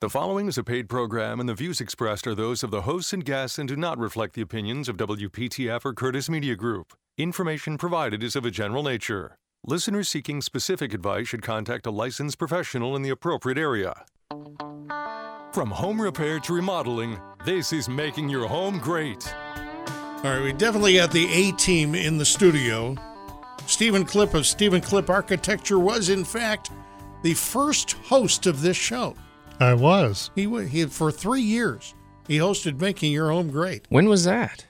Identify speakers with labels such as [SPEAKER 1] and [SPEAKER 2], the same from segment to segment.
[SPEAKER 1] The following is a paid program, and the views expressed are those of the hosts and guests and do not reflect the opinions of WPTF or Curtis Media Group. Information provided is of a general nature. Listeners seeking specific advice should contact a licensed professional in the appropriate area. From home repair to remodeling, this is making your home great.
[SPEAKER 2] All right, we definitely got the A team in the studio. Stephen Clip of Stephen Clip Architecture was, in fact, the first host of this show.
[SPEAKER 3] I was.
[SPEAKER 2] He wa- he for three years he hosted Making Your Home Great.
[SPEAKER 4] When was that?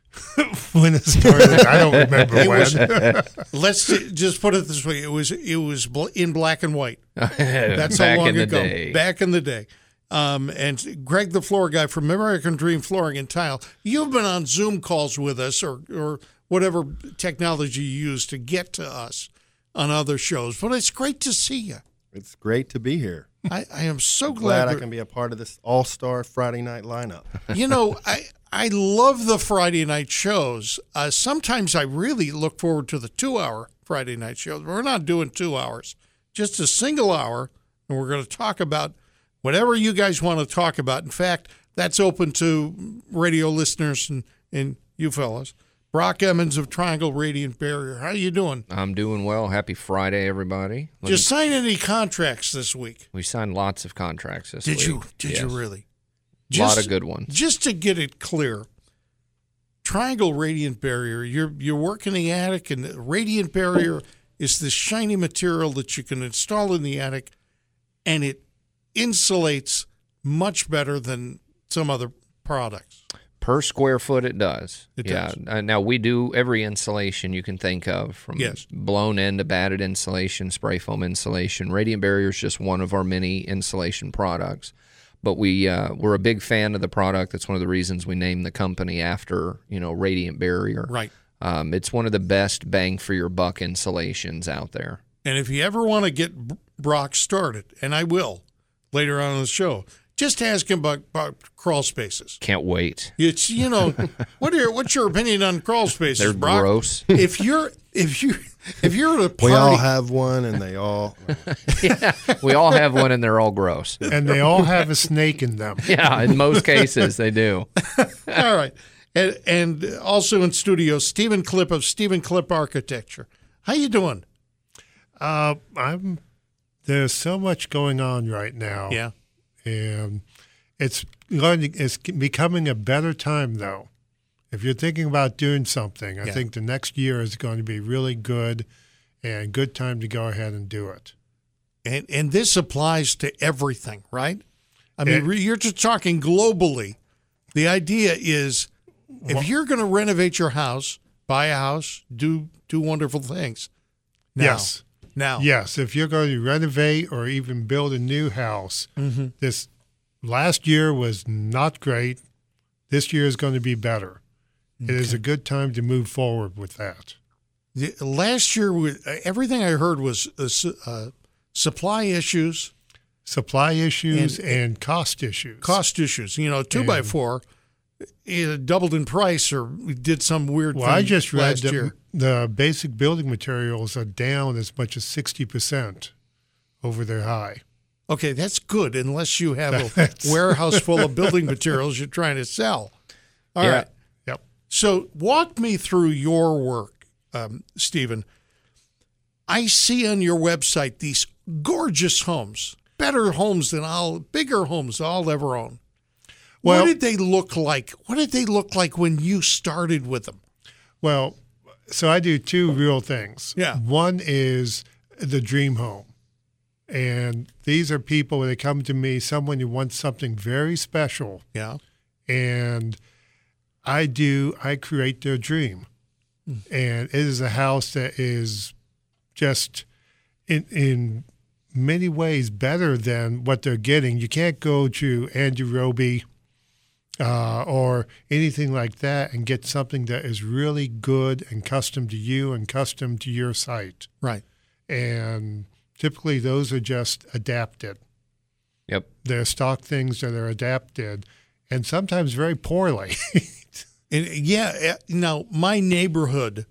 [SPEAKER 3] when it started, I don't remember
[SPEAKER 2] It
[SPEAKER 3] when.
[SPEAKER 2] was- Let's ju- just put it this way: it was it was bl- in black and white. That's
[SPEAKER 4] That's
[SPEAKER 2] how
[SPEAKER 4] back
[SPEAKER 2] long
[SPEAKER 4] in the
[SPEAKER 2] ago.
[SPEAKER 4] day.
[SPEAKER 2] Back in the day. Um, and Greg, the floor guy from American Dream Flooring and Tile, you've been on Zoom calls with us or, or whatever technology you use to get to us on other shows. But it's great to see you.
[SPEAKER 5] It's great to be here.
[SPEAKER 2] I, I am so glad,
[SPEAKER 5] Glad I can be a part of this all star Friday night lineup.
[SPEAKER 2] you know, I I love the Friday night shows. Uh, sometimes I really look forward to the two hour Friday night shows. We're not doing two hours, just a single hour, and we're going to talk about whatever you guys want to talk about. In fact, that's open to radio listeners and and you fellas. Brock Emmons of Triangle Radiant Barrier, how you doing?
[SPEAKER 4] I'm doing well. Happy Friday, everybody. Let me-
[SPEAKER 2] Did you sign any contracts this week?
[SPEAKER 4] we signed lots of contracts this
[SPEAKER 2] Did
[SPEAKER 4] week.
[SPEAKER 2] you? Did you really?
[SPEAKER 4] A lot of good ones.
[SPEAKER 2] Just to get it clear, triangle radiant barrier. You're you work in the attic, and the radiant barrier is this shiny material that you can install in the attic, and it insulates much better than some other products.
[SPEAKER 4] per square foot it does
[SPEAKER 2] It
[SPEAKER 4] yeah
[SPEAKER 2] does.
[SPEAKER 4] Uh, now we do every insulation you can think of from
[SPEAKER 2] Yes.
[SPEAKER 4] blown end to batted insulation spray foam insulation radiant barrier is just one of our many insulation products but we uh, we're a big fan of the product that's one of the reasons we named the company after you know radiant barrier
[SPEAKER 2] Right.
[SPEAKER 4] um, it's one of the best bang for your buck insulations out there
[SPEAKER 2] And if you ever want to get B- Brock started, and I will later on in the show, just ask him about, about crawl spaces.
[SPEAKER 4] can't wait
[SPEAKER 2] It's you know, what are your, what's your opinion on crawl spaces,
[SPEAKER 4] they're
[SPEAKER 2] Brock?
[SPEAKER 4] gross
[SPEAKER 2] if you're if you if you're at a
[SPEAKER 5] We
[SPEAKER 2] party,
[SPEAKER 5] all have one, and they all.
[SPEAKER 4] we all have one and they're all gross
[SPEAKER 3] And they all have a snake in them.
[SPEAKER 4] yeah in most cases they do
[SPEAKER 2] all right, and, and also in studio, Stephen Clip of Stephen Clip Architecture. How you doing?
[SPEAKER 3] Uh, I'm. There's so much going on right now.
[SPEAKER 2] Yeah,
[SPEAKER 3] and it's learning. It's becoming a better time though. If you're thinking about doing something, I
[SPEAKER 2] Yeah.
[SPEAKER 3] think the next year is going to be really good, and good time to go ahead and do it.
[SPEAKER 2] and and this applies to everything, right? I
[SPEAKER 3] It-
[SPEAKER 2] mean, re you're just talking globally. The idea is, if you're going to renovate your house, buy a house, do do wonderful things. Now,
[SPEAKER 3] Yes.
[SPEAKER 2] Now.
[SPEAKER 3] Yes, if you're going to renovate or even build a new house,
[SPEAKER 2] Mm-hmm.
[SPEAKER 3] this last year was not great. This year is going to be better. It is a good time to move forward with that.
[SPEAKER 2] The- Last year, we- everything I heard was uh, su- uh, supply issues,
[SPEAKER 3] Supply issues
[SPEAKER 2] And-
[SPEAKER 3] and, cost issues.
[SPEAKER 2] cost issues. You know, two by
[SPEAKER 3] And-
[SPEAKER 2] four it doubled in price or we did some weird
[SPEAKER 3] Well,
[SPEAKER 2] thing
[SPEAKER 3] I just read
[SPEAKER 2] last
[SPEAKER 3] that
[SPEAKER 2] year.
[SPEAKER 3] the basic building materials are down as much as sixty percent over their high.
[SPEAKER 2] Okay, that's good unless you have a warehouse full of building materials you're trying to sell. All right.
[SPEAKER 4] Yeah.
[SPEAKER 3] Yep.
[SPEAKER 2] So walk me through your work, um, Stephen. I see on your website these gorgeous homes, better homes than I'll, bigger homes I'll ever own.
[SPEAKER 3] Well-
[SPEAKER 2] what did they look like? What did they look like when you started with them?
[SPEAKER 3] Well, so I do two real things.
[SPEAKER 2] Yeah.
[SPEAKER 3] One is the dream home. And these are people when they come to me, someone who wants something very special.
[SPEAKER 2] Yeah.
[SPEAKER 3] And I do, I create their dream. And it is a house that is just in, in many ways better than what they're getting. You can't go to Andrew Roby uh, or anything like that and get something that is really good and custom to you and custom to your site.
[SPEAKER 2] Right.
[SPEAKER 3] And typically, those are just adapted.
[SPEAKER 4] yep
[SPEAKER 3] They're stock things that are adapted and sometimes very poorly.
[SPEAKER 2] And yeah, uh, now my neighborhood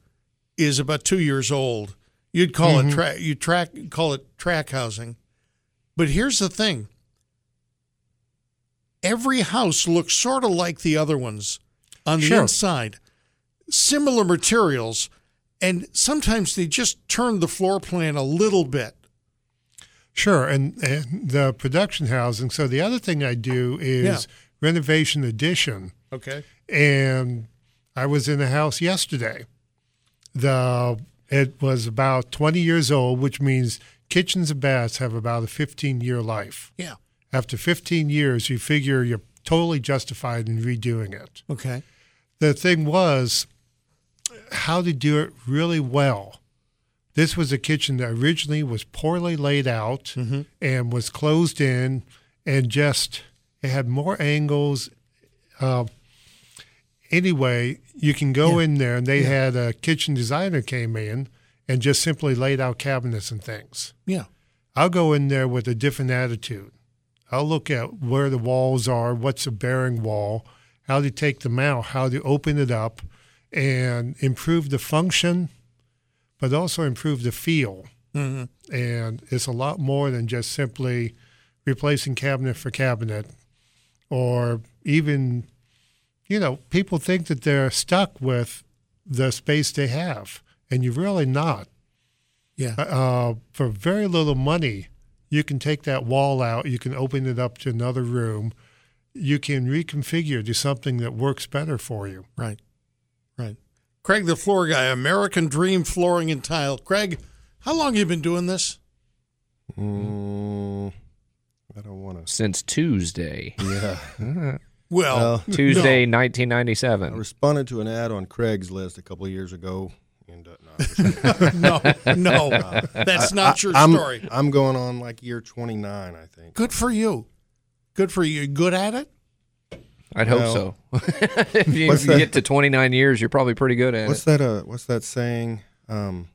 [SPEAKER 2] is about two years old. You'd call it track. You track call it track housing, but here's the thing: every house looks sort of like the other ones on the
[SPEAKER 3] Sure.
[SPEAKER 2] inside, similar materials, and sometimes they just turn the floor plan a little bit.
[SPEAKER 3] Sure, and, and the production housing. So the other thing I do is
[SPEAKER 2] Yeah.
[SPEAKER 3] renovation addition,
[SPEAKER 2] Okay.
[SPEAKER 3] and I was in a house yesterday. The it was about twenty years old, which means kitchens and baths have about a fifteen year life.
[SPEAKER 2] Yeah.
[SPEAKER 3] After fifteen years, you figure you're totally justified in redoing it.
[SPEAKER 2] Okay.
[SPEAKER 3] the thing was how to do it really well. This was a kitchen that originally was poorly laid out and was closed in, and just it had more angles. Uh, anyway, you can go in there, and they had a kitchen designer came in and just simply laid out cabinets and things.
[SPEAKER 2] Yeah.
[SPEAKER 3] I'll go in there with a different attitude. I'll look at where the walls are, what's a bearing wall, how to take them out, how to open it up, and improve the function, but also improve the feel. Mm-hmm. And it's a lot more than just simply replacing cabinet for cabinet, or even, you know, people think that they're stuck with the space they have, and you're really not
[SPEAKER 2] Yeah.
[SPEAKER 3] uh, for very little money, you can take that wall out. You can open it up to another room. You can reconfigure to something that works better for you.
[SPEAKER 2] Right. Right. Craig, the floor guy, American Dream Flooring and Tile. Craig, how long you been doing this?
[SPEAKER 5] Mm, I don't want to.
[SPEAKER 4] since Tuesday.
[SPEAKER 5] Yeah.
[SPEAKER 2] Well,
[SPEAKER 5] Well,
[SPEAKER 4] Tuesday,
[SPEAKER 5] I
[SPEAKER 4] 1997.
[SPEAKER 5] responded to an ad on Craigslist a couple of years ago. And, uh, no, I'm just
[SPEAKER 2] no, no, that's not your
[SPEAKER 5] I'm,
[SPEAKER 2] story.
[SPEAKER 5] I'm going on like year 29, I think.
[SPEAKER 2] Good for you. Good for you. You Good at it.
[SPEAKER 4] I'd
[SPEAKER 5] Well-
[SPEAKER 4] hope so. if you,
[SPEAKER 5] What's
[SPEAKER 4] if you
[SPEAKER 5] that?
[SPEAKER 4] get to 29 years, you're probably pretty good at
[SPEAKER 5] What's
[SPEAKER 4] it.
[SPEAKER 5] that? Uh, what's that saying? Um,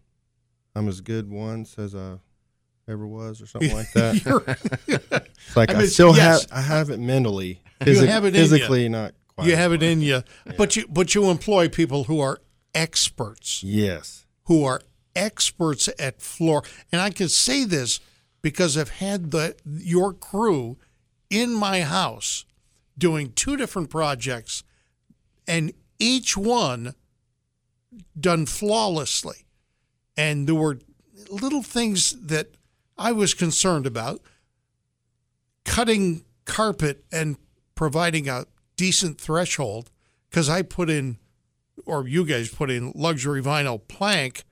[SPEAKER 5] I'm as good once as I ever was, or something like that.
[SPEAKER 2] You're-
[SPEAKER 5] It's like
[SPEAKER 2] I
[SPEAKER 5] I,
[SPEAKER 2] mean,
[SPEAKER 5] still
[SPEAKER 2] yes.
[SPEAKER 5] have, I have it mentally,
[SPEAKER 2] You
[SPEAKER 5] physi-
[SPEAKER 2] have it in ya.
[SPEAKER 5] physically not quite.
[SPEAKER 2] you have it in you, but you but you employ people who are experts,
[SPEAKER 5] Yes,
[SPEAKER 2] who are experts at floor. And I can say this because I've had the your crew in my house doing two different projects, and each one done flawlessly. And there were little things that I was concerned about. Cutting carpet and providing a decent threshold because I put in, or you guys put in luxury vinyl plank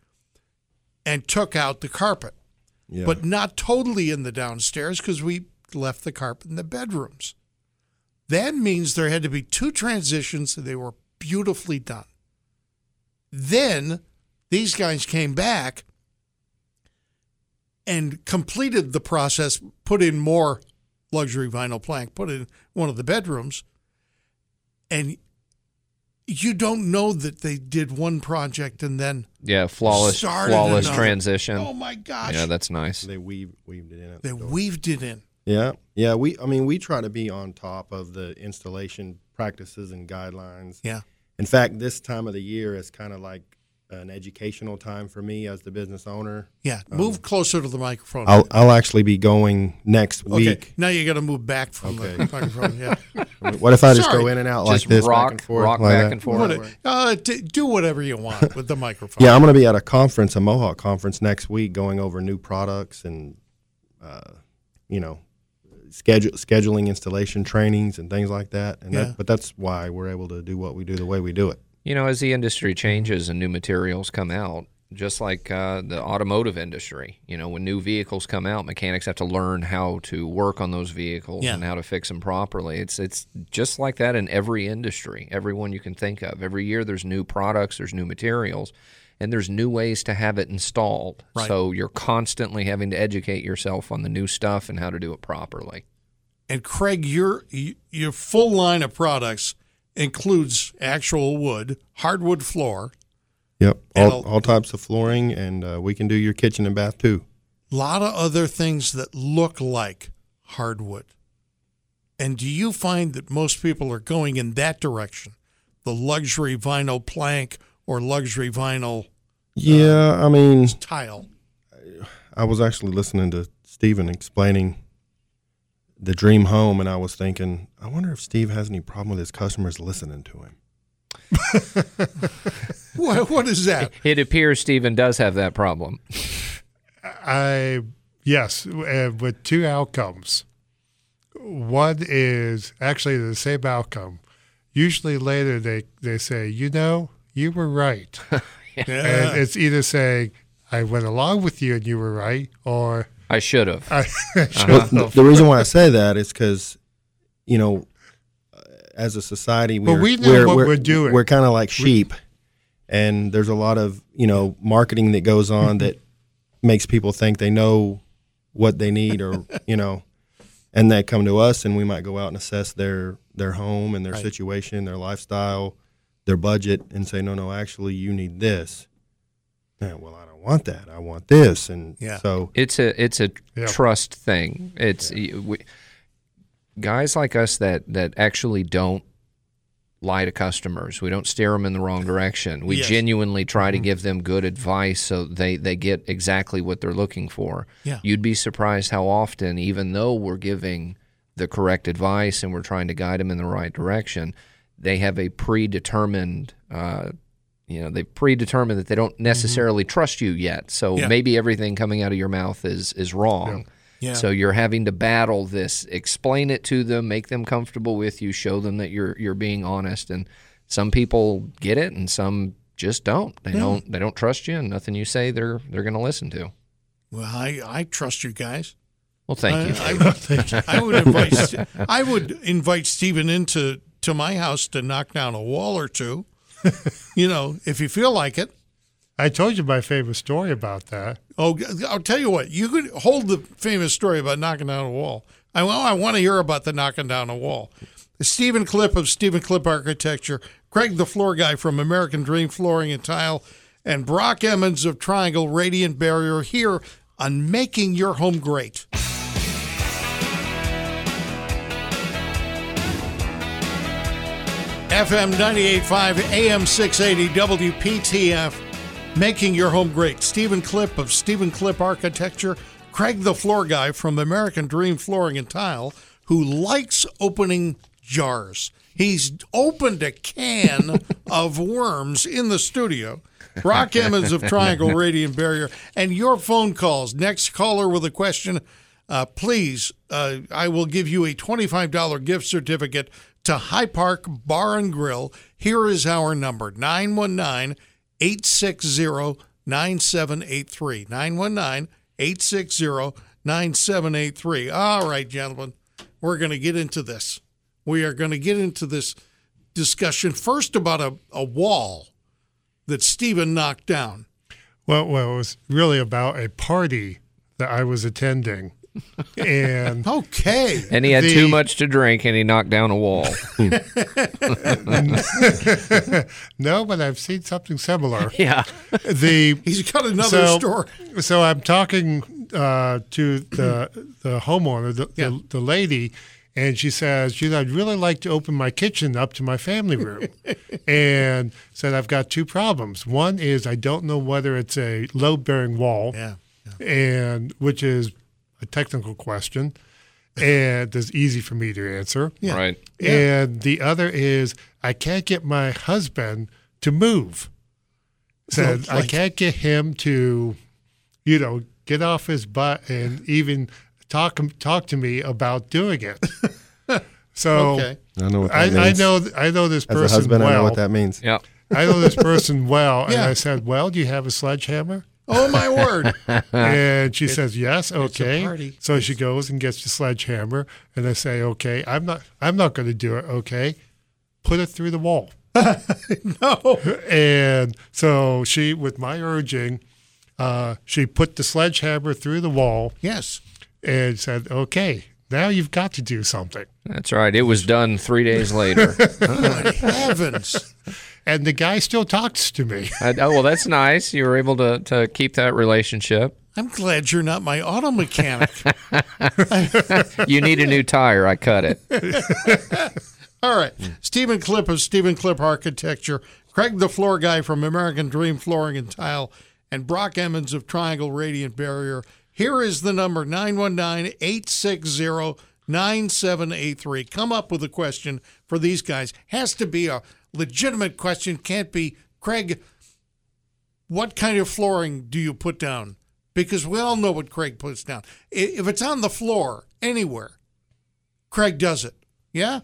[SPEAKER 2] and took out the carpet,
[SPEAKER 5] yeah.
[SPEAKER 2] but not totally in the downstairs because we left the carpet in the bedrooms. That means there had to be two transitions and they were beautifully done. Then these guys came back and completed the process, put in more luxury vinyl plank, put in one of the bedrooms, and you don't know that they did one project and then
[SPEAKER 4] Yeah, flawless,
[SPEAKER 2] started
[SPEAKER 4] flawless
[SPEAKER 2] another.
[SPEAKER 4] transition.
[SPEAKER 2] Oh my gosh!
[SPEAKER 4] yeah, that's nice.
[SPEAKER 5] they weave, weaved it in. At
[SPEAKER 2] they
[SPEAKER 5] the door.
[SPEAKER 2] weaved it in.
[SPEAKER 5] Yeah, yeah. We, I mean, we try to be on top of the installation practices and guidelines.
[SPEAKER 2] Yeah,
[SPEAKER 5] In fact, this time of the year is kind of like an educational time for me as the business owner.
[SPEAKER 2] yeah. Move closer to the microphone.
[SPEAKER 5] I'll, I'll actually be going next
[SPEAKER 2] okay.
[SPEAKER 5] week.
[SPEAKER 2] Now you got to move back from the
[SPEAKER 5] Okay.
[SPEAKER 2] microphone. Yeah.
[SPEAKER 5] What if I just
[SPEAKER 2] Sorry.
[SPEAKER 5] go in and out
[SPEAKER 4] Just
[SPEAKER 5] like this,
[SPEAKER 4] rock,
[SPEAKER 5] back and forth,
[SPEAKER 4] rock
[SPEAKER 5] like
[SPEAKER 4] back
[SPEAKER 5] that?
[SPEAKER 4] and forth.
[SPEAKER 2] What- uh, d- do whatever you want with the microphone.
[SPEAKER 5] Yeah, I'm going to be at a conference, a Mohawk conference next week, going over new products and, uh, you know, schedule scheduling installation trainings and things like that. And
[SPEAKER 2] Yeah.
[SPEAKER 5] that, but that's why we're able to do what we do the way we do it.
[SPEAKER 4] You know, as the industry changes and new materials come out, just like uh, the automotive industry, you know, when new vehicles come out, mechanics have to learn how to work on those vehicles
[SPEAKER 2] Yeah.
[SPEAKER 4] and how to fix them properly. It's it's just like that in every industry, everyone you can think of. Every year, there's new products, there's new materials, and there's new ways to have it installed.
[SPEAKER 2] Right.
[SPEAKER 4] So you're constantly having to educate yourself on the new stuff and how to do it properly.
[SPEAKER 2] And Craig, your your full line of products includes actual wood, hardwood floor,
[SPEAKER 5] Yep,
[SPEAKER 2] And
[SPEAKER 5] all,
[SPEAKER 2] I'll-
[SPEAKER 5] all types of flooring, and uh, we can do your kitchen and bath too.
[SPEAKER 2] lot of other things that look like hardwood. And do you find that most people are going in that direction, the luxury vinyl plank or luxury vinyl
[SPEAKER 5] Yeah, Uh, I mean,
[SPEAKER 2] tile?
[SPEAKER 5] I was actually listening to Stephen explaining the dream home, and I was thinking, I wonder if Steve has any problem with his customers listening to him.
[SPEAKER 2] What, what is that?
[SPEAKER 4] It appears Stephen does have that problem.
[SPEAKER 3] I yes, uh, with two outcomes. One is actually the same outcome. Usually later they they say, you know, you were right, and it's either saying I went along with you and you were right, or
[SPEAKER 4] I should have.
[SPEAKER 3] I
[SPEAKER 5] But th- the reason why I say that is because, you know, uh, as a society,
[SPEAKER 3] But
[SPEAKER 5] we're,
[SPEAKER 3] we know
[SPEAKER 5] we're,
[SPEAKER 3] what
[SPEAKER 5] we're,
[SPEAKER 3] we're doing.
[SPEAKER 5] We're kind of like sheep, and there's a lot of you know marketing that goes on that makes people think they know what they need, or you know, and they come to us, and we might go out and assess their their home and their situation, their lifestyle, their budget, and say, no, no, actually, you need this. Yeah, well, I don't want that. I want this, and
[SPEAKER 2] Yeah.
[SPEAKER 5] so
[SPEAKER 4] It's a it's a
[SPEAKER 3] Yeah.
[SPEAKER 4] trust thing. It's y we, guys like us that that actually don't lie to customers. We don't steer them in the wrong direction. We
[SPEAKER 2] Yes.
[SPEAKER 4] genuinely try to give them good advice so they they get exactly what they're looking for.
[SPEAKER 2] Yeah.
[SPEAKER 4] You'd be surprised how often even though we're giving the correct advice and we're trying to guide them in the right direction, they have a predetermined uh, you know they've predetermined that they don't necessarily trust you yet so
[SPEAKER 2] Mm-hmm. Yeah.
[SPEAKER 4] maybe everything coming out of your mouth is is wrong
[SPEAKER 2] Yeah.
[SPEAKER 4] so you're having to battle this explain it to them make them comfortable with you show them that you're you're being honest and some people get it and some just don't they don't they don't trust you and nothing you say they're they're going to listen to
[SPEAKER 2] Well, I, I trust you guys.
[SPEAKER 4] well thank you
[SPEAKER 2] I, I, I would invite Ste- I would invite Stephen into to my house to knock down a wall or two. you know, if you feel like it.
[SPEAKER 3] I told you my favorite story about that.
[SPEAKER 2] Oh, I'll tell you what. You could hold the famous story about knocking down a wall. I, well, I want to hear about the knocking down a wall. Stephen Clip of Stephen Clip Architecture, Craig the Floor Guy from American Dream Flooring and Tile, and Brock Emmons of Triangle Radiant Barrier here on Making Your Home Great. FM 98.5, AM 680, WPTF, making your home great. Stephen Clip of Stephen Clip Architecture, Craig the Floor Guy from American Dream Flooring and Tile, who likes opening jars. He's opened a can of worms in the studio. Brock Emmons of Triangle Radiant Barrier, and your phone calls. Next caller with a question uh, please, uh, I will give you a $25 gift certificate to High Park Bar and Grill. Here is our number 919 860 9783. 919 860 9783. All right, gentlemen, we're going to get into this. We are going to get into this discussion first about a, a wall that Stephen knocked down.
[SPEAKER 3] Well, well, it was really about a party that I was attending, and
[SPEAKER 2] Okay.
[SPEAKER 4] and he had
[SPEAKER 3] The-
[SPEAKER 4] too much to drink and he knocked down a wall
[SPEAKER 3] no, but I've seen something similar.
[SPEAKER 4] yeah
[SPEAKER 3] the
[SPEAKER 2] He's got another
[SPEAKER 3] So-
[SPEAKER 2] story.
[SPEAKER 3] so I'm talking uh, to the the homeowner, the,
[SPEAKER 2] Yeah.
[SPEAKER 3] the, the lady, and she says, "You know, I'd really like to open my kitchen up to my family room," and said, "I've got two problems. One is I don't know whether it's a load bearing wall,
[SPEAKER 2] Yeah.
[SPEAKER 3] and which is a technical question, and that's easy for me to answer."
[SPEAKER 4] right
[SPEAKER 3] And the other is I can't get my husband to move. Said
[SPEAKER 2] Sounds
[SPEAKER 3] I
[SPEAKER 2] like-
[SPEAKER 3] can't get him to, you know, get off his butt and even talk talk to me about doing it. so
[SPEAKER 2] Okay.
[SPEAKER 5] I know what that
[SPEAKER 3] I,
[SPEAKER 5] means.
[SPEAKER 3] I know I know this
[SPEAKER 5] as
[SPEAKER 3] person
[SPEAKER 5] a husband, I
[SPEAKER 3] well.
[SPEAKER 5] know what that means.
[SPEAKER 4] yeah
[SPEAKER 3] I know this person well, and
[SPEAKER 2] Yeah.
[SPEAKER 3] I said, "Well, do you have a sledgehammer?"
[SPEAKER 2] Oh, my word.
[SPEAKER 3] and she says yes okay
[SPEAKER 2] party.
[SPEAKER 3] so she goes and gets the sledgehammer and i say okay i'm not i'm not going to do it okay put it through the wall
[SPEAKER 2] No.
[SPEAKER 3] and so she with my urging uh, she put the sledgehammer through the wall
[SPEAKER 2] Yes.
[SPEAKER 3] and said okay now you've got to do something
[SPEAKER 4] that's right it was done 3 days later
[SPEAKER 2] Good heavens.
[SPEAKER 3] and the guy still talks to me
[SPEAKER 4] I, oh well, that's nice. You were able to, to keep that relationship.
[SPEAKER 2] I'm glad you're not my auto mechanic.
[SPEAKER 4] You need a new tire. I cut it.
[SPEAKER 2] All right. Stephen Clip of Stephen Clip Architecture, Craig the Floor Guy from American Dream Flooring and Tile, and Brock Emmons of Triangle Radiant Barrier. Here is the number 919 860 9783. Come up with a question for these guys. Has to be a legitimate question. Can't be, Craig, what kind of flooring do you put down? Because we all know what Craig puts down. I- If it's on the floor anywhere, Craig does it. Yeah?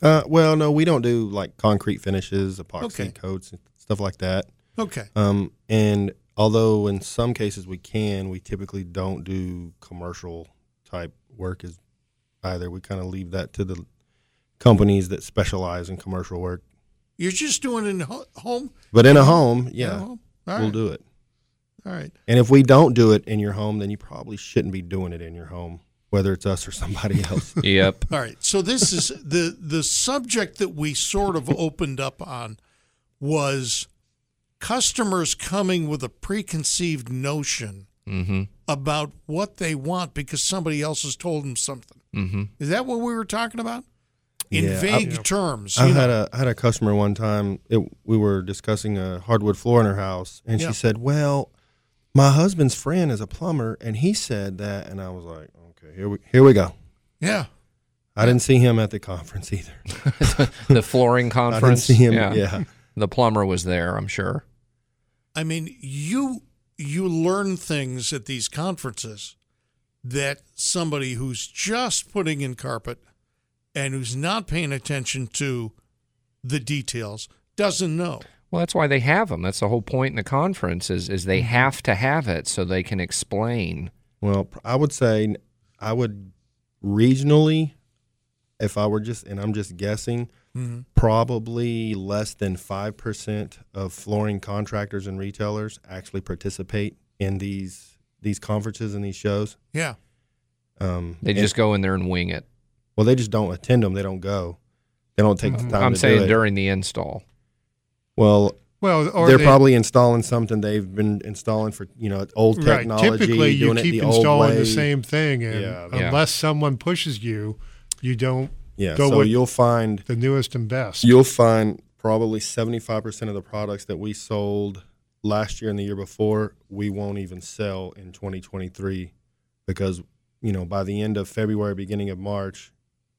[SPEAKER 5] Uh, well, no, we don't do like concrete finishes, epoxy
[SPEAKER 2] Okay.
[SPEAKER 5] coats, and stuff like that.
[SPEAKER 2] Okay.
[SPEAKER 5] Um, and although in some cases we can, we typically don't do commercial type work as either. We kind of leave that to the companies that specialize in commercial work.
[SPEAKER 2] You're just doing it in ho- home?
[SPEAKER 5] But in a home,
[SPEAKER 2] At
[SPEAKER 5] yeah,
[SPEAKER 2] home? All
[SPEAKER 5] we'll
[SPEAKER 2] right.
[SPEAKER 5] do it.
[SPEAKER 2] All right.
[SPEAKER 5] And if we don't do it in your home, then you probably shouldn't be doing it in your home, whether it's us or somebody else.
[SPEAKER 4] Yep.
[SPEAKER 2] All right. So this is the the subject that we sort of opened up on was customers coming with a preconceived notion
[SPEAKER 4] Mm-hmm.
[SPEAKER 2] about what they want because somebody else has told them something.
[SPEAKER 4] Mm-hmm.
[SPEAKER 2] Is that what we were talking about? In
[SPEAKER 5] Yeah, I-
[SPEAKER 2] vague terms.
[SPEAKER 5] I
[SPEAKER 2] you know.
[SPEAKER 5] had a I had a customer one time. It, we were discussing a hardwood floor in her house, and
[SPEAKER 2] Yeah.
[SPEAKER 5] she said, "Well, my husband's friend is a plumber, and he said that." And I was like, "Okay, here we here we go."
[SPEAKER 2] yeah.
[SPEAKER 5] I didn't see him at the conference either.
[SPEAKER 4] the flooring
[SPEAKER 5] I didn't
[SPEAKER 4] conference.
[SPEAKER 5] see him.
[SPEAKER 4] Yeah.
[SPEAKER 5] Yeah.
[SPEAKER 4] The plumber was there, I'm sure.
[SPEAKER 2] I mean, you you learn things at these conferences that somebody who's just putting in carpet and who's not paying attention to the details doesn't know.
[SPEAKER 4] Well, that's why they have them. That's the whole point in the conference is is
[SPEAKER 5] Mm-hmm.
[SPEAKER 4] they have to have it so they can explain.
[SPEAKER 5] Well, pr- I would say I would regionally, if I were just and I'm just guessing,
[SPEAKER 3] Mm-hmm.
[SPEAKER 5] probably less than five percent of flooring contractors and retailers actually participate in these these conferences and these shows.
[SPEAKER 2] Yeah.
[SPEAKER 5] Um,
[SPEAKER 4] They
[SPEAKER 5] and-
[SPEAKER 4] just go in there and wing it.
[SPEAKER 5] well, they just don't attend them. They don't go. They don't take the time.
[SPEAKER 4] Mm-hmm. I'm
[SPEAKER 5] to
[SPEAKER 4] saying
[SPEAKER 5] do it.
[SPEAKER 4] during the install.
[SPEAKER 5] Well,
[SPEAKER 3] Well, or
[SPEAKER 5] they're
[SPEAKER 3] they-
[SPEAKER 5] probably installing something they've been installing for you know old
[SPEAKER 3] eh, right.
[SPEAKER 5] technology.
[SPEAKER 3] Typically, you
[SPEAKER 5] doing it
[SPEAKER 3] keep
[SPEAKER 5] the old
[SPEAKER 3] installing
[SPEAKER 5] way.
[SPEAKER 3] the same thing, and
[SPEAKER 5] Yeah.
[SPEAKER 4] Yeah.
[SPEAKER 3] unless someone pushes you, you don't
[SPEAKER 5] Yeah,
[SPEAKER 3] go
[SPEAKER 5] so
[SPEAKER 3] with
[SPEAKER 5] you'll find
[SPEAKER 3] the newest and best.
[SPEAKER 5] you'll find probably 75% of the products that we sold last year and the year before we won't even sell in 2023 because you know by the end of february beginning of march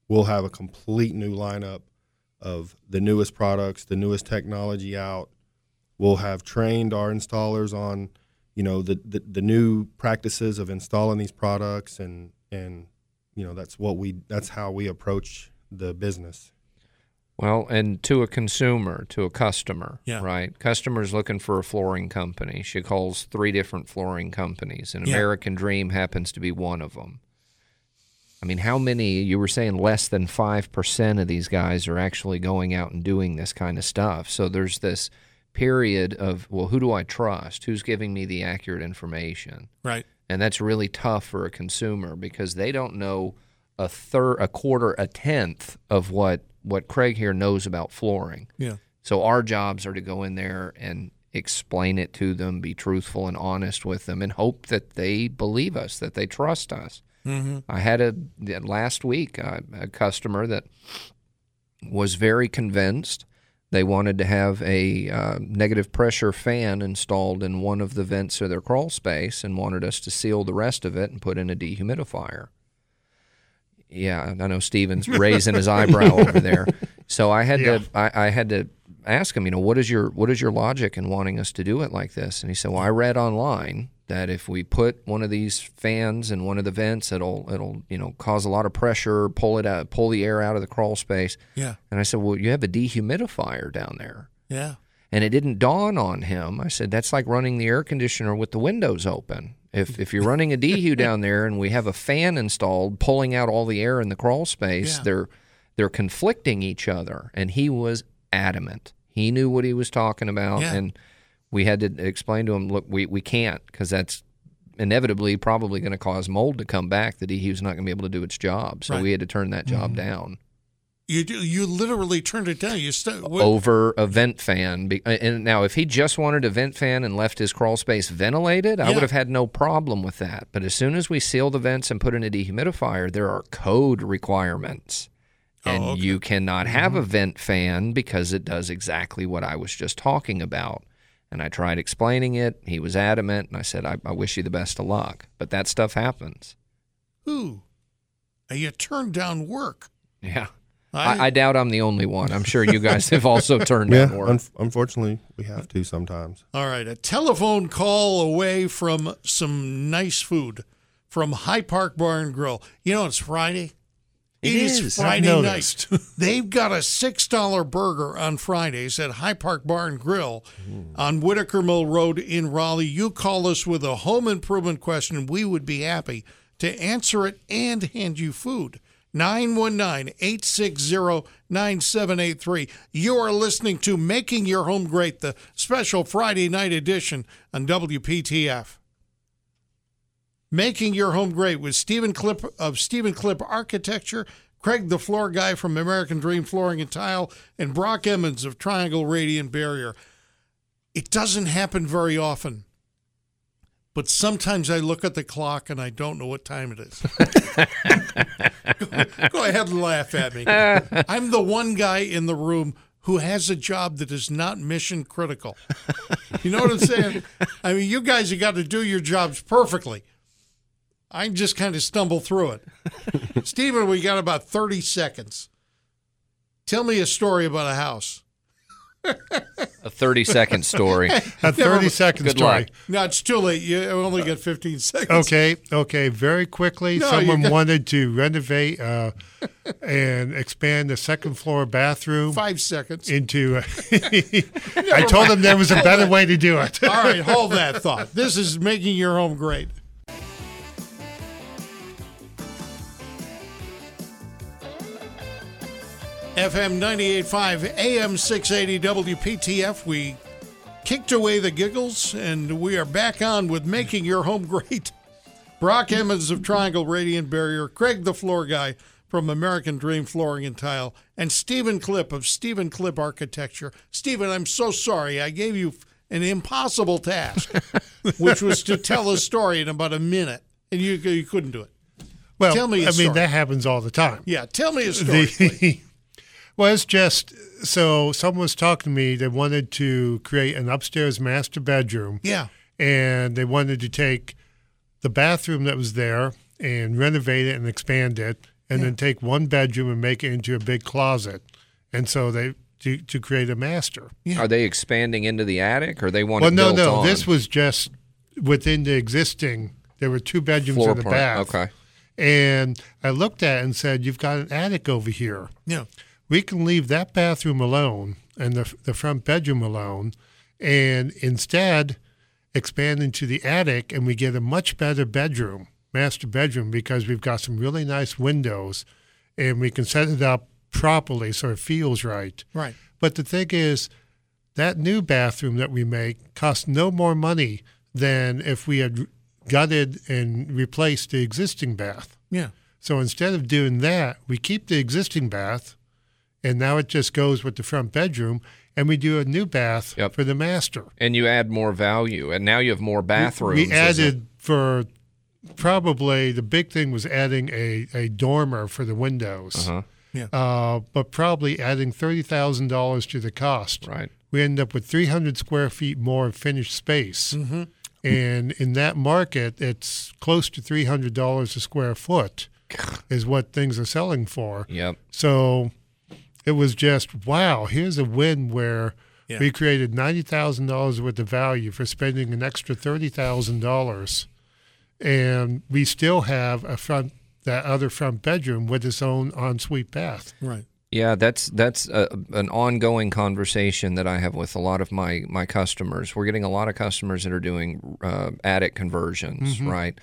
[SPEAKER 5] we'll have a complete new lineup of the newest products the newest technology out we'll have trained our installers on you know the the, the new practices of installing these products and and you know that's what we that's how we approach the business
[SPEAKER 4] Well, and to a consumer, to a customer,
[SPEAKER 2] Yeah.
[SPEAKER 4] right? Customer's looking for a flooring company. She calls three different flooring companies, and
[SPEAKER 2] Yeah.
[SPEAKER 4] American Dream happens to be one of them. I mean, how many, you were saying less than 5% of these guys are actually going out and doing this kind of stuff. So there's this period of, well, who do I trust? Who's giving me the accurate information?
[SPEAKER 2] Right.
[SPEAKER 4] and that's really tough for a consumer because they don't know a third, a quarter, a tenth of what what Craig here knows about flooring.
[SPEAKER 2] Yeah.
[SPEAKER 4] So our jobs are to go in there and explain it to them, be truthful and honest with them, and hope that they believe us, that they trust us.
[SPEAKER 2] Mhm.
[SPEAKER 4] I had a last week uh, a customer that was very convinced. They wanted to have a uh, negative pressure fan installed in one of the vents of their crawl space and wanted us to seal the rest of it and put in a dehumidifier. Yeah, I know Steven's raising his eyebrow over there. So I had to I, I had to ask him, you know, what is your what is your logic in wanting us to do it like this? And he said, Well, I read online that if we put one of these fans in one of the vents, it'll it'll, you know, cause a lot of pressure, pull it out pull the air out of the crawl space.
[SPEAKER 2] Yeah.
[SPEAKER 4] And I said, Well, you have a dehumidifier down there.
[SPEAKER 2] Yeah.
[SPEAKER 4] And it didn't dawn on him. I said, That's like running the air conditioner with the windows open. If, if you're running a dehu down there and we have a fan installed pulling out all the air in the crawl space,
[SPEAKER 2] Yeah.
[SPEAKER 4] they're they're conflicting each other. And he was adamant. He knew what he was talking about.
[SPEAKER 2] Yeah.
[SPEAKER 4] And we had to explain to him, look, we, we can't because that's inevitably probably going to cause mold to come back. The dehu's not going to be able to do its job. So
[SPEAKER 2] Right. Mm-hmm.
[SPEAKER 4] we had to turn that job down.
[SPEAKER 2] You do, you literally turned it down. You stu- what-
[SPEAKER 4] over a vent fan. Be- uh, And now, if he just wanted a vent fan and left his crawl space ventilated, I
[SPEAKER 2] Yeah.
[SPEAKER 4] would have had no problem with that. But as soon as we seal the vents and put in a dehumidifier, there are code requirements.
[SPEAKER 2] Oh,
[SPEAKER 4] And
[SPEAKER 2] okay. Mm-hmm.
[SPEAKER 4] you cannot have a vent fan because it does exactly what I was just talking about. And I tried explaining it. He was adamant. And I said, I, I wish you the best of luck. But that stuff happens.
[SPEAKER 2] Who? and you turn down work.
[SPEAKER 4] Yeah. I, I doubt I'm the only one. I'm sure you guys have also turned down
[SPEAKER 5] yeah,
[SPEAKER 4] work.
[SPEAKER 5] un- unfortunately, we have to sometimes.
[SPEAKER 2] All right, a telephone call away from some nice food from High Park Bar and Grill. You know, it's Friday.
[SPEAKER 3] It is. I've
[SPEAKER 2] Friday night.
[SPEAKER 3] noticed.
[SPEAKER 2] They've got a $6 burger on Fridays at High Park Bar and Grill on Whitaker Mill Road in Raleigh. You call us with a home improvement question. We would be happy to answer it and hand you food. 919 860 9783. You are listening to Making Your Home Great, the special Friday night edition on WPTF. Making Your Home Great with Stephen Clip of Stephen Clip Architecture, Craig the Floor Guy from American Dream Flooring and Tile, and Brock Emmons of Triangle Radiant Barrier. It doesn't happen very often, but sometimes I look at the clock and I don't know what time it is. go, go ahead and laugh at me. I'm the one guy in the room who has a job that is not mission critical. You know what I'm saying? I mean, you guys have got to do your jobs perfectly. I just kind of stumble through it. Stephen, we got about 30 seconds. Tell me a story about a house.
[SPEAKER 4] A 30 second story.
[SPEAKER 3] A 30 second
[SPEAKER 4] Good
[SPEAKER 3] story.
[SPEAKER 4] luck.
[SPEAKER 2] No, it's too late. You only got 15 seconds.
[SPEAKER 3] Okay, okay. Very quickly,
[SPEAKER 2] No, you
[SPEAKER 3] someone
[SPEAKER 2] got-
[SPEAKER 3] wanted to renovate uh, and expand the second floor bathroom
[SPEAKER 2] Five seconds.
[SPEAKER 3] into. I told them there was a better way to do it.
[SPEAKER 2] All right, hold that thought. This is making your home great. FM 98.5, AM 680, WPTF. We kicked away the giggles and we are back on with making your home great. Brock Emmons of Triangle Radiant Barrier, Craig the Floor Guy from American Dream Flooring and Tile, and Stephen Clip of Stephen Clip Architecture. Stephen, I'm so sorry. I gave you an impossible task, which was to tell a story in about a minute, and you, you couldn't do it.
[SPEAKER 3] Well,
[SPEAKER 2] Tell me a
[SPEAKER 3] I
[SPEAKER 2] story.
[SPEAKER 3] mean, that happens all the time.
[SPEAKER 2] Yeah, tell me a story. please.
[SPEAKER 3] The, well, it's just so someone was talking to me. They wanted to create an upstairs master bedroom,
[SPEAKER 2] yeah.
[SPEAKER 3] and they wanted to take the bathroom that was there and renovate it and expand it, and then take one bedroom and make it into a big closet. And so they to to create a master.
[SPEAKER 4] Are they expanding into the attic or they want
[SPEAKER 3] well,
[SPEAKER 4] it
[SPEAKER 3] no,
[SPEAKER 4] built
[SPEAKER 3] no,
[SPEAKER 4] on?
[SPEAKER 3] this was just within the existing. There were two bedrooms
[SPEAKER 4] floor
[SPEAKER 3] in the
[SPEAKER 4] plan.
[SPEAKER 3] bath.
[SPEAKER 4] Okay.
[SPEAKER 3] And I looked at it and said, "You've got an attic over here."
[SPEAKER 2] Yeah.
[SPEAKER 3] we can leave that bathroom alone and the, the front bedroom alone and instead expand into the attic and we get a much better bedroom master bedroom because we've got some really nice windows and we can set it up properly so it feels right
[SPEAKER 2] Right.
[SPEAKER 3] but the thing is that new bathroom that we make costs no more money than if we had gutted and replaced the existing bath
[SPEAKER 2] Yeah.
[SPEAKER 3] so instead of doing that, we keep the existing bath, and now it just goes with the front bedroom, and we do a new bath
[SPEAKER 4] Yep.
[SPEAKER 3] for the master.
[SPEAKER 4] And you add more value. And now you have more bathrooms.
[SPEAKER 3] we
[SPEAKER 4] is it?
[SPEAKER 3] added for probably the big thing was adding a, a dormer for the windows,
[SPEAKER 4] Uh-huh.
[SPEAKER 2] Yeah.
[SPEAKER 3] uh, but probably adding thirty thousand dollars to the cost.
[SPEAKER 4] Right.
[SPEAKER 3] We end up with three hundred square feet more of finished space. And in that market, it's close to three hundred dollars a square foot, is what things are selling for.
[SPEAKER 4] Yep.
[SPEAKER 3] So it was just wow. Here's a win where
[SPEAKER 2] Yeah.
[SPEAKER 3] we created ninety thousand dollars worth of value for spending an extra thirty thousand dollars, and we still have a front that other front bedroom with its own ensuite bath.
[SPEAKER 2] Right.
[SPEAKER 4] Yeah, that's that's a, an ongoing conversation that I have with a lot of my my customers. We're getting a lot of customers that are doing uh, attic conversions,
[SPEAKER 3] Mm-hmm.
[SPEAKER 4] right?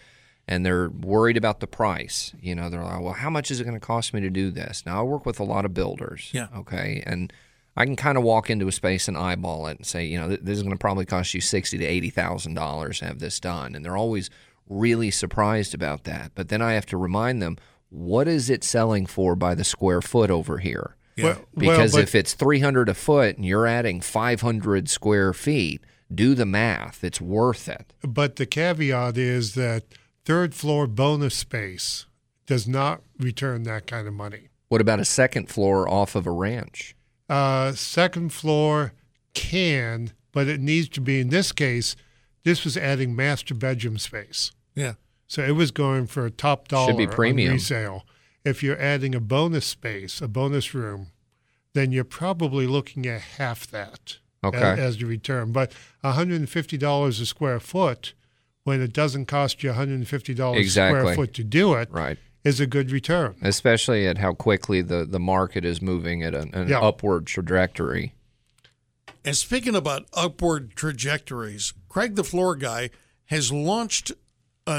[SPEAKER 4] And they're worried about the price. You know, they're like, "Well, how much is it going to cost me to do this?" Now, I work with a lot of builders.
[SPEAKER 2] Yeah.
[SPEAKER 4] Okay, and I can kind of walk into a space and eyeball it and say, you know, th- this is going to probably cost you sixty to eighty thousand dollars to have this done, and they're always really surprised about that. But then I have to remind them, what is it selling for by the square foot over here?
[SPEAKER 3] Well,
[SPEAKER 4] Because
[SPEAKER 3] well, but-
[SPEAKER 4] if it's 300 a foot and you're adding 500 square feet, do the math. It's worth it.
[SPEAKER 3] But the caveat is that third floor bonus space does not return that kind of money.
[SPEAKER 4] What about a second floor off of a ranch?
[SPEAKER 3] Uh, second floor can, but it needs to be in this case. This was adding master bedroom space,
[SPEAKER 2] Yeah.
[SPEAKER 3] so it was going for a top dollar
[SPEAKER 4] be
[SPEAKER 3] on
[SPEAKER 4] premium.
[SPEAKER 3] resale, If you're adding a bonus space, a bonus room, then you're probably looking at half that
[SPEAKER 4] Okay.
[SPEAKER 3] a- as, your return. But $150 a square foot, when it doesn't cost you $150 a
[SPEAKER 4] Exactly.
[SPEAKER 3] square foot to do it, is
[SPEAKER 4] Right.
[SPEAKER 3] a good return.
[SPEAKER 4] Especially at how quickly the, the market is moving at an, an
[SPEAKER 3] Yeah.
[SPEAKER 4] upward trajectory.
[SPEAKER 2] And speaking about upward trajectories, Craig the Floor Guy has launched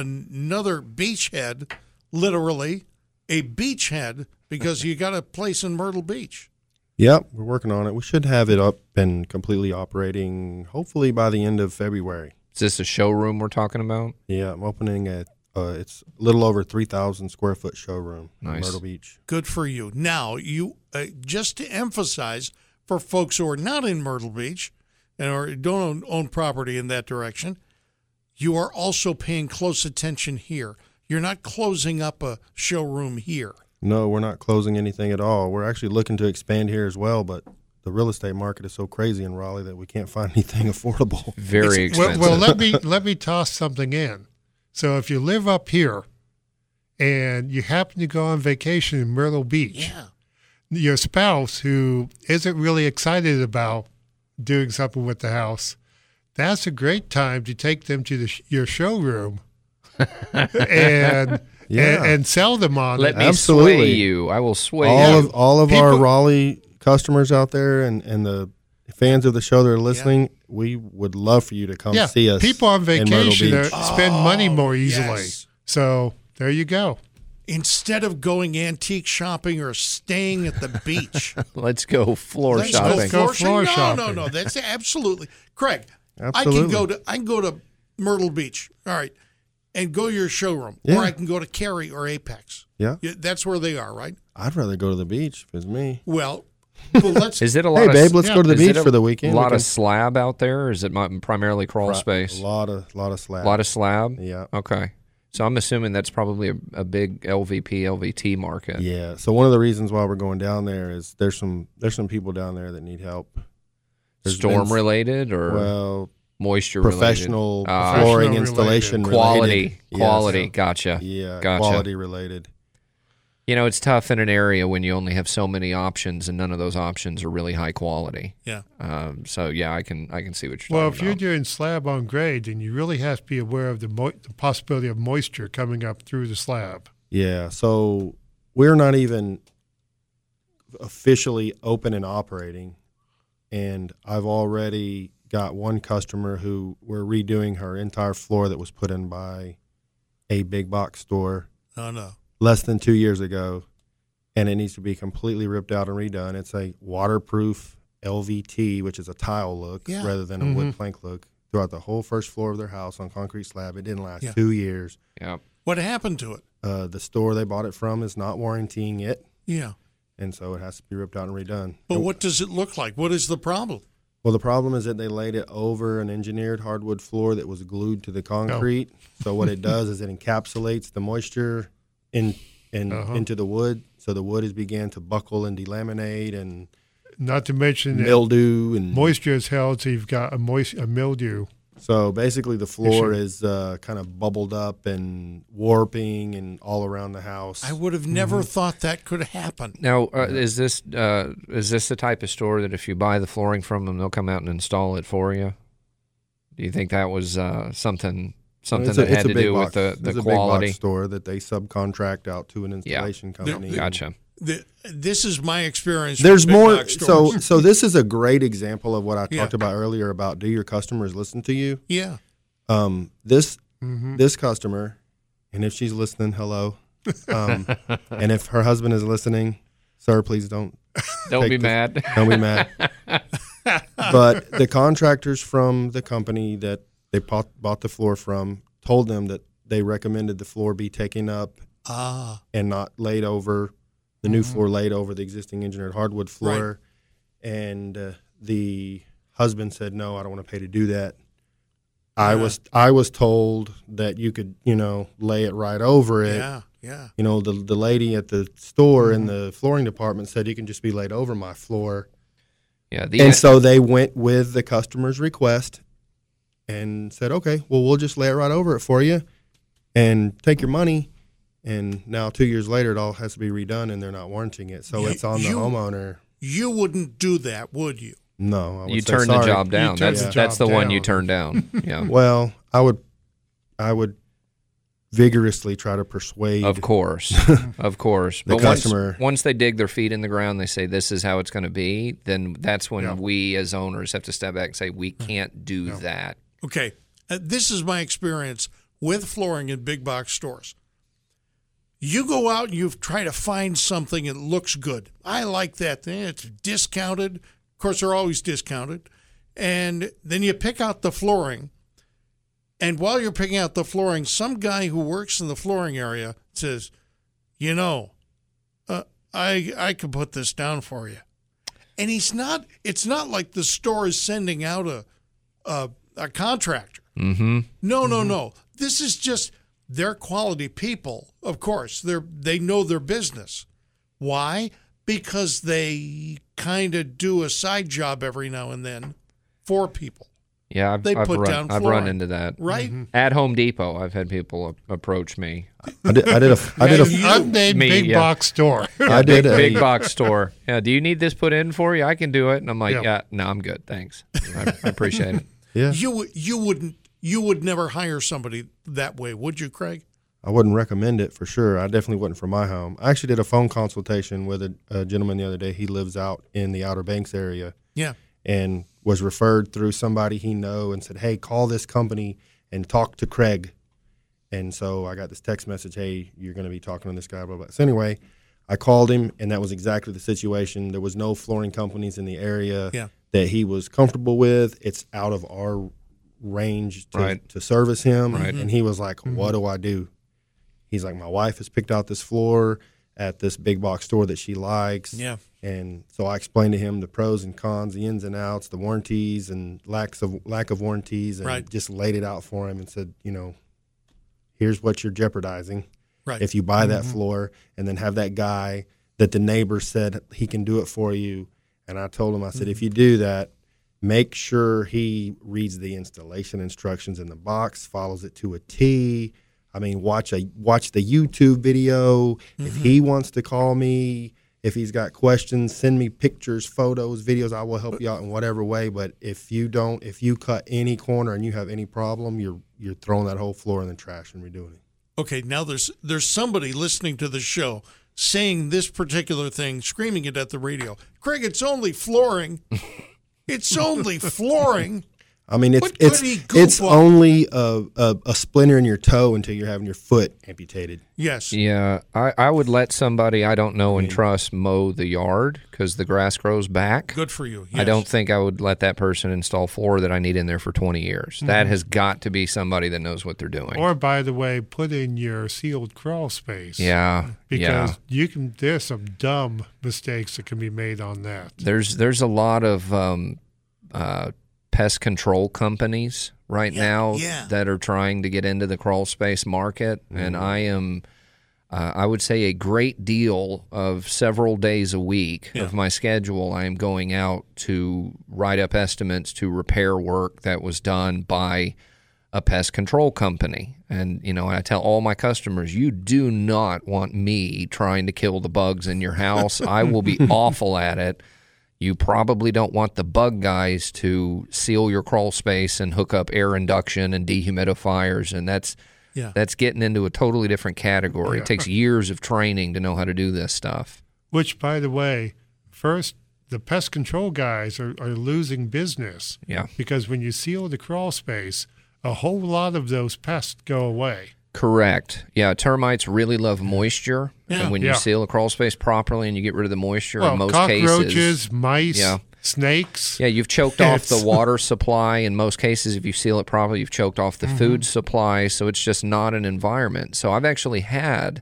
[SPEAKER 2] another beachhead, literally a beachhead, because you got a place in Myrtle Beach.
[SPEAKER 5] Yep, we're working on it. We should have it up and completely operating hopefully by the end of February.
[SPEAKER 4] Is this a showroom we're talking about?
[SPEAKER 5] Yeah, I'm opening a uh, it's a little over 3,000 square foot showroom in
[SPEAKER 4] Nice.
[SPEAKER 5] Myrtle Beach.
[SPEAKER 2] Good for you. Now, you uh, just to emphasize for folks who are not in Myrtle Beach and or don't own, own property in that direction, you are also paying close attention here. You're not closing up a showroom here.
[SPEAKER 5] No, we're not closing anything at all. We're actually looking to expand here as well, but the real estate market is so crazy in Raleigh that we can't find anything affordable.
[SPEAKER 4] Very
[SPEAKER 3] It's-
[SPEAKER 4] expensive.
[SPEAKER 3] Well, well let me let me toss something in. So if you live up here and you happen to go on vacation in Myrtle Beach,
[SPEAKER 2] Yeah.
[SPEAKER 3] your spouse who isn't really excited about doing something with the house, that's a great time to take them to the sh- your showroom and,
[SPEAKER 5] Yeah.
[SPEAKER 3] and and sell them on
[SPEAKER 4] Let
[SPEAKER 3] it.
[SPEAKER 4] me sway
[SPEAKER 5] Absolutely.
[SPEAKER 4] you. I will sway
[SPEAKER 5] all
[SPEAKER 4] you.
[SPEAKER 5] of all of our
[SPEAKER 3] People-
[SPEAKER 5] Raleigh customers out there and and the fans of the show that are listening, we would love for you to come
[SPEAKER 3] yeah,
[SPEAKER 5] see us.
[SPEAKER 3] people on
[SPEAKER 5] in Myrtle
[SPEAKER 3] vacation are,
[SPEAKER 5] Beach.
[SPEAKER 3] spend money more easily.
[SPEAKER 2] Oh, yes.
[SPEAKER 3] So there you go.
[SPEAKER 2] instead of going antique shopping or staying at the beach.
[SPEAKER 4] Let's go floor
[SPEAKER 2] let's
[SPEAKER 4] shopping.
[SPEAKER 2] go floor,
[SPEAKER 3] Let's go floor
[SPEAKER 2] shopping. No,
[SPEAKER 3] shopping.
[SPEAKER 2] no, no. That's absolutely Craig. I can
[SPEAKER 5] Absolutely.
[SPEAKER 2] go to I can go to Myrtle Beach. All right, and go to your showroom,
[SPEAKER 5] Yeah.
[SPEAKER 2] or I can go to Cary or Apex.
[SPEAKER 5] Yeah,
[SPEAKER 2] Yeah, That's where they are, right?
[SPEAKER 5] I'd rather go to the beach if it's me.
[SPEAKER 2] Well, well let's.
[SPEAKER 4] Is it a lot?
[SPEAKER 5] Hey,
[SPEAKER 4] of,
[SPEAKER 5] babe, let's
[SPEAKER 3] yeah,
[SPEAKER 5] go to the
[SPEAKER 4] is
[SPEAKER 5] beach
[SPEAKER 4] it a
[SPEAKER 5] for the weekend.
[SPEAKER 4] lot
[SPEAKER 5] We
[SPEAKER 4] of
[SPEAKER 5] can-
[SPEAKER 4] slab out there, or is it mi- primarily crawl space?
[SPEAKER 5] A lot of lot of slab.
[SPEAKER 4] lot of slab.
[SPEAKER 5] yeah.
[SPEAKER 4] Okay, so I'm assuming that's probably a, a big LVP LVT market.
[SPEAKER 5] Yeah. So one of the reasons why we're going down there is there's some there's some people down there that need help. There's been
[SPEAKER 4] Storm
[SPEAKER 5] s-
[SPEAKER 4] related or
[SPEAKER 5] Well,
[SPEAKER 4] moisture
[SPEAKER 5] professional
[SPEAKER 4] related? Ah,
[SPEAKER 3] Professional
[SPEAKER 5] flooring
[SPEAKER 3] related.
[SPEAKER 5] installation
[SPEAKER 4] quality,
[SPEAKER 5] related. Yes.
[SPEAKER 4] quality. Gotcha.
[SPEAKER 5] Yeah,
[SPEAKER 4] gotcha.
[SPEAKER 5] quality related.
[SPEAKER 4] You know, it's tough in an area when you only have so many options, and none of those options are really high quality.
[SPEAKER 2] yeah.
[SPEAKER 4] Um, so yeah, I can I can see what you're
[SPEAKER 3] Well, if
[SPEAKER 4] talking
[SPEAKER 3] you're
[SPEAKER 4] about.
[SPEAKER 3] doing slab on grade, then you really have to be aware of the, mo- the possibility of moisture coming up through the slab.
[SPEAKER 5] Yeah. So we're not even officially open and operating. And I've already got one customer who we're redoing her entire floor that was put in by a big box store
[SPEAKER 2] No, no.
[SPEAKER 5] less than two years ago. And it needs to be completely ripped out and redone. It's a waterproof LVT, which is a tile look
[SPEAKER 2] Yeah. Mm-hmm.
[SPEAKER 5] rather than a wood plank look throughout the whole first floor of their house on concrete slab. It didn't last
[SPEAKER 2] Yeah.
[SPEAKER 5] two years.
[SPEAKER 4] yeah.
[SPEAKER 2] What happened to it?
[SPEAKER 5] Uh, the store they bought it from is not warrantying it,
[SPEAKER 2] Yeah.
[SPEAKER 5] and so it has to be ripped out and redone.
[SPEAKER 2] But what does it look like? What is the problem?
[SPEAKER 5] Well, the problem is that they laid it over an engineered hardwood floor that was glued to the concrete. So what it does is it encapsulates the moisture in, in
[SPEAKER 3] Uh-huh.
[SPEAKER 5] into the wood, so the wood has began to buckle and delaminate and
[SPEAKER 3] Not to mention that
[SPEAKER 5] mildew and
[SPEAKER 3] moisture is held, so you've got a, moist, a mildew.
[SPEAKER 5] So basically, the floor
[SPEAKER 3] Issue.
[SPEAKER 5] is uh, kind of bubbled up and warping and all around the house.
[SPEAKER 2] I would have never
[SPEAKER 5] Mm-hmm.
[SPEAKER 2] thought that could happen.
[SPEAKER 4] Now, uh, is this uh, is this the type of store that if you buy the flooring from them, they'll come out and install it for you? Do you think that was uh, something something
[SPEAKER 5] It's a-
[SPEAKER 4] that had
[SPEAKER 5] it's a
[SPEAKER 4] to
[SPEAKER 5] big
[SPEAKER 4] do with
[SPEAKER 5] box-
[SPEAKER 4] the,
[SPEAKER 5] it's
[SPEAKER 4] the
[SPEAKER 5] a big box
[SPEAKER 4] quality?
[SPEAKER 5] store that they subcontract out to an installation company.
[SPEAKER 4] Gotcha.
[SPEAKER 2] The, this is my experience. with
[SPEAKER 5] There's
[SPEAKER 2] big
[SPEAKER 5] more.
[SPEAKER 2] box
[SPEAKER 5] So,
[SPEAKER 2] stores.
[SPEAKER 5] so this is a great example of what I
[SPEAKER 2] Yeah.
[SPEAKER 5] talked about earlier about do your customers listen to you?
[SPEAKER 2] yeah.
[SPEAKER 5] Um, this
[SPEAKER 2] Mm-hmm.
[SPEAKER 5] this customer, and if she's listening, hello. Um, and if her husband is listening, sir, please don't
[SPEAKER 4] Don't
[SPEAKER 5] Take
[SPEAKER 4] be
[SPEAKER 5] this-
[SPEAKER 4] mad.
[SPEAKER 5] Don't be mad. but the contractors from the company that they bought, bought the floor from told them that they recommended the floor be taken up
[SPEAKER 2] Ah.
[SPEAKER 5] and not laid over the new floor laid over the existing engineered hardwood floor. And uh, the husband said, "No, I don't want to pay to do that." I was I was told that you could you know lay it right over it.
[SPEAKER 2] yeah. Yeah.
[SPEAKER 5] You know the the lady at the store in the flooring department said you can just be laid over my floor.
[SPEAKER 4] Yeah. The
[SPEAKER 5] And so they went with the customer's request and said, okay, well, we'll just lay it right over it for you and take your money. And now two years later, it all has to be redone, and they're not warranting it. So
[SPEAKER 2] You-
[SPEAKER 5] it's on the
[SPEAKER 2] you-
[SPEAKER 5] homeowner.
[SPEAKER 2] You wouldn't do that, would you?
[SPEAKER 5] No, I would
[SPEAKER 4] You
[SPEAKER 5] say
[SPEAKER 4] turn the
[SPEAKER 5] sorry.
[SPEAKER 4] job
[SPEAKER 3] You
[SPEAKER 4] down.
[SPEAKER 3] turn
[SPEAKER 4] That's
[SPEAKER 5] the
[SPEAKER 4] that's the
[SPEAKER 3] job
[SPEAKER 4] one you
[SPEAKER 3] down.
[SPEAKER 4] turn down. Yeah,
[SPEAKER 5] Well, I would, I would vigorously try to persuade.
[SPEAKER 4] of course, of course.
[SPEAKER 5] The
[SPEAKER 4] once-
[SPEAKER 5] customer-
[SPEAKER 4] once, they dig their feet in the ground, they say this is how it's going to be. Then that's when
[SPEAKER 3] Yeah.
[SPEAKER 4] we as owners have to step back and say we can't do that.
[SPEAKER 2] Okay, uh, this is my experience with flooring in big box stores. You go out and you try to find something that looks good. I like that thing. It's discounted. Of course, they're always discounted. And then you pick out the flooring. And while you're picking out the flooring, some guy who works in the flooring area says, "You know, uh, I I can put this down for you." And he's not. It's not like the store is sending out a a, uh, a contractor.
[SPEAKER 4] Mm-hmm.
[SPEAKER 2] No, no, no. This is just they're quality people. Of course, they're they know their business. Why? Because they kind of do a side job every now and then for people,
[SPEAKER 4] Yeah, I've,
[SPEAKER 2] They
[SPEAKER 4] I've
[SPEAKER 2] put
[SPEAKER 4] run,
[SPEAKER 2] down
[SPEAKER 4] I've run
[SPEAKER 2] flooring.
[SPEAKER 4] into that
[SPEAKER 2] right?
[SPEAKER 3] Mm-hmm.
[SPEAKER 4] at Home Depot. I've had people a- approach me.
[SPEAKER 5] I did. I did a. I did a.
[SPEAKER 3] unnamed
[SPEAKER 4] Me,
[SPEAKER 3] big
[SPEAKER 4] yeah.
[SPEAKER 3] box store.
[SPEAKER 5] I did
[SPEAKER 4] Big,
[SPEAKER 5] a.
[SPEAKER 4] big box store. Yeah, do you need this put in for you? I can do it. And I'm like,
[SPEAKER 3] Yeah.
[SPEAKER 4] yeah, no, I'm good. Thanks. I, I appreciate it.
[SPEAKER 5] yeah,
[SPEAKER 2] You would you wouldn't you would never hire somebody that way, would you, Craig?
[SPEAKER 5] I wouldn't recommend it for sure. I definitely wouldn't for my home. I actually did a phone consultation with a, a gentleman the other day. He lives out in the Outer Banks area
[SPEAKER 2] Yeah.
[SPEAKER 5] and was referred through somebody he know and said, "Hey, call this company and talk to Craig." And so I got this text message, "Hey, you're going to be talking to this guy." Blah blah. So anyway, I called him, and that was exactly the situation. There was no flooring companies in the area
[SPEAKER 2] Yeah.
[SPEAKER 5] that he was comfortable with. It's out of our range to,
[SPEAKER 4] Right.
[SPEAKER 5] to service him.
[SPEAKER 4] Right.
[SPEAKER 5] And he was like, What do I do? He's like, My wife has picked out this floor at this big box store that she likes.
[SPEAKER 2] Yeah.
[SPEAKER 5] And so I explained to him the pros and cons, the ins and outs, the warranties and lacks of lack of warranties and
[SPEAKER 2] Right.
[SPEAKER 5] just laid it out for him and said, you know, here's what you're jeopardizing
[SPEAKER 2] Right.
[SPEAKER 5] if you buy that floor and then have that guy that the neighbor said he can do it for you and i told him i said if you do that make sure he reads the installation instructions in the box follows it to a t i mean watch a watch the youtube video if he wants to call me if he's got questions send me pictures photos videos i will help you out in whatever way but if you don't if you cut any corner and you have any problem you're you're throwing that whole floor in the trash and redoing it
[SPEAKER 2] okay now there's there's somebody listening to the show saying this particular thing screaming it at the radio craig it's only flooring it's only flooring
[SPEAKER 5] I mean, it's
[SPEAKER 2] What
[SPEAKER 5] it's
[SPEAKER 2] goody goop
[SPEAKER 5] it's
[SPEAKER 2] on-
[SPEAKER 5] only a, a a splinter in your toe until you're having your foot amputated.
[SPEAKER 2] yes
[SPEAKER 4] Yeah, I, I would let somebody I don't know and trust mow the yard because the grass grows back.
[SPEAKER 2] good for you
[SPEAKER 4] I
[SPEAKER 2] yes.
[SPEAKER 4] don't think I would let that person install floor that I need in there for 20 years. That has got to be somebody that knows what they're doing.
[SPEAKER 3] Mm-hmm. Or by the way, put in your sealed crawl space.
[SPEAKER 4] yeah,
[SPEAKER 3] Because
[SPEAKER 4] yeah.
[SPEAKER 3] you can there's some dumb mistakes that can be made on that.
[SPEAKER 4] There's there's a lot of um, uh, pest control companies right now
[SPEAKER 2] yeah. Mm-hmm.
[SPEAKER 4] that are trying to get into the crawl space market, and I am. Uh, I would say a great deal of several days a week of my schedule, I am going out to write up estimates to repair work that was done by a pest control company. And, you know, I tell all my customers, you do not want me trying to kill the bugs in your house. I will be awful at it. You probably don't want the bug guys to seal your crawl space and hook up air induction and dehumidifiers. And that's,
[SPEAKER 2] yeah
[SPEAKER 4] that's getting into a totally different category. It takes years of training to know how to do this stuff.
[SPEAKER 3] Which by the way, first the pest control guys are, are losing business
[SPEAKER 4] Yeah.
[SPEAKER 3] because when you seal the crawl space, a whole lot of those pests go away.
[SPEAKER 4] Correct. Yeah, termites really love moisture,
[SPEAKER 2] Yeah.
[SPEAKER 4] and when
[SPEAKER 3] Yeah.
[SPEAKER 4] you seal a crawl space properly and you get rid of the moisture, in most
[SPEAKER 3] cockroaches,
[SPEAKER 4] cases,
[SPEAKER 3] mice,
[SPEAKER 4] Yeah.
[SPEAKER 3] snakes.
[SPEAKER 4] Yeah, you've choked off the
[SPEAKER 3] Yes.
[SPEAKER 4] water supply in most cases. If you seal it properly, you've choked off the food
[SPEAKER 3] Mm-hmm.
[SPEAKER 4] supply. So it's just not an environment. So I've actually had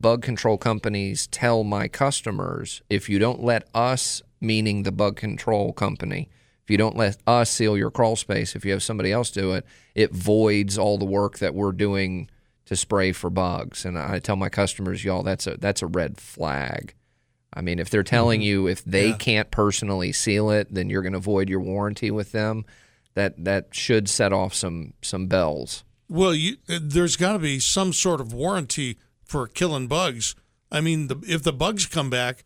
[SPEAKER 4] bug control companies tell my customers if you don't let us, meaning the bug control company, if you don't let us seal your crawl space, if you have somebody else do it, it voids all the work that we're doing to spray for bugs. And I tell my customers, y'all, that's a that's a red flag. I mean, if they're telling you if they can't personally seal it, then you're going to void your warranty with them. That that should set off some some bells.
[SPEAKER 2] well you, uh, there's got to be some sort of warranty for killing bugs. I mean, the, if the bugs come back,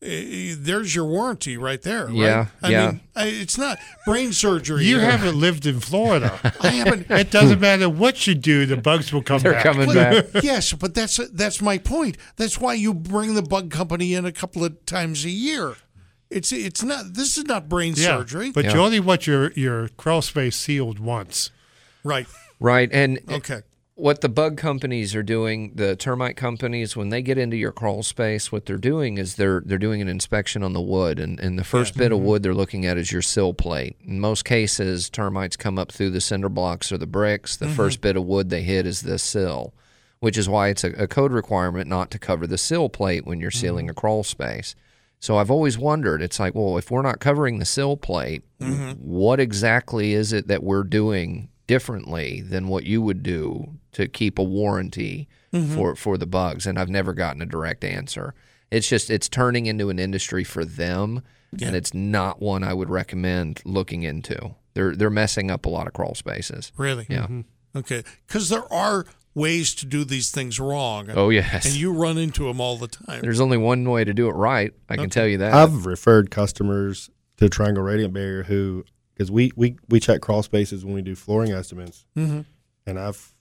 [SPEAKER 2] eh, there's your warranty right there. Right?
[SPEAKER 4] Yeah,
[SPEAKER 2] I
[SPEAKER 4] yeah.
[SPEAKER 2] Mean, I, it's not brain surgery.
[SPEAKER 3] You
[SPEAKER 2] here.
[SPEAKER 3] haven't lived in Florida.
[SPEAKER 2] I haven't.
[SPEAKER 3] it doesn't matter what you do, the bugs will come
[SPEAKER 4] They're
[SPEAKER 3] back.
[SPEAKER 4] coming back.
[SPEAKER 2] But- yes, but that's that's my point. That's why you bring the bug company in a couple of times a year. It's it's not. This is not brain
[SPEAKER 3] Yeah,
[SPEAKER 2] surgery,
[SPEAKER 3] but you
[SPEAKER 4] Yeah.
[SPEAKER 3] only want your your crawl space sealed once.
[SPEAKER 2] right?
[SPEAKER 4] Right. And
[SPEAKER 2] Okay.
[SPEAKER 4] what the bug companies are doing, the termite companies, when they get into your crawl space, what they're doing is they're they're doing an inspection on the wood, and, and the first bit of wood they're looking at is your sill plate. In most cases, termites come up through the cinder blocks or the bricks. The first bit of wood they hit is the sill, which is why it's a, a code requirement not to cover the sill plate when you're sealing a crawl space. So I've always wondered, it's like, well, if we're not covering the sill plate,
[SPEAKER 2] Mm-hmm.
[SPEAKER 4] what exactly is it that we're doing differently than what you would do to keep a warranty
[SPEAKER 2] Mm-hmm.
[SPEAKER 4] for, for the bugs? And I've never gotten a direct answer. It's just it's turning into an industry for them and it's not one I would recommend looking into. They're they're messing up a lot of crawl spaces.
[SPEAKER 2] Really?
[SPEAKER 4] Yeah.
[SPEAKER 5] Mm-hmm.
[SPEAKER 2] Okay. Because there are ways to do these things wrong,
[SPEAKER 4] Oh yes.
[SPEAKER 2] and you run into them all the time.
[SPEAKER 4] There's only one way to do it right. I can tell you that.
[SPEAKER 5] I've referred customers to Triangle Radiant Barrier who, because we, we, we check crawl spaces when we do flooring estimates.
[SPEAKER 2] Mhm.
[SPEAKER 5] And I've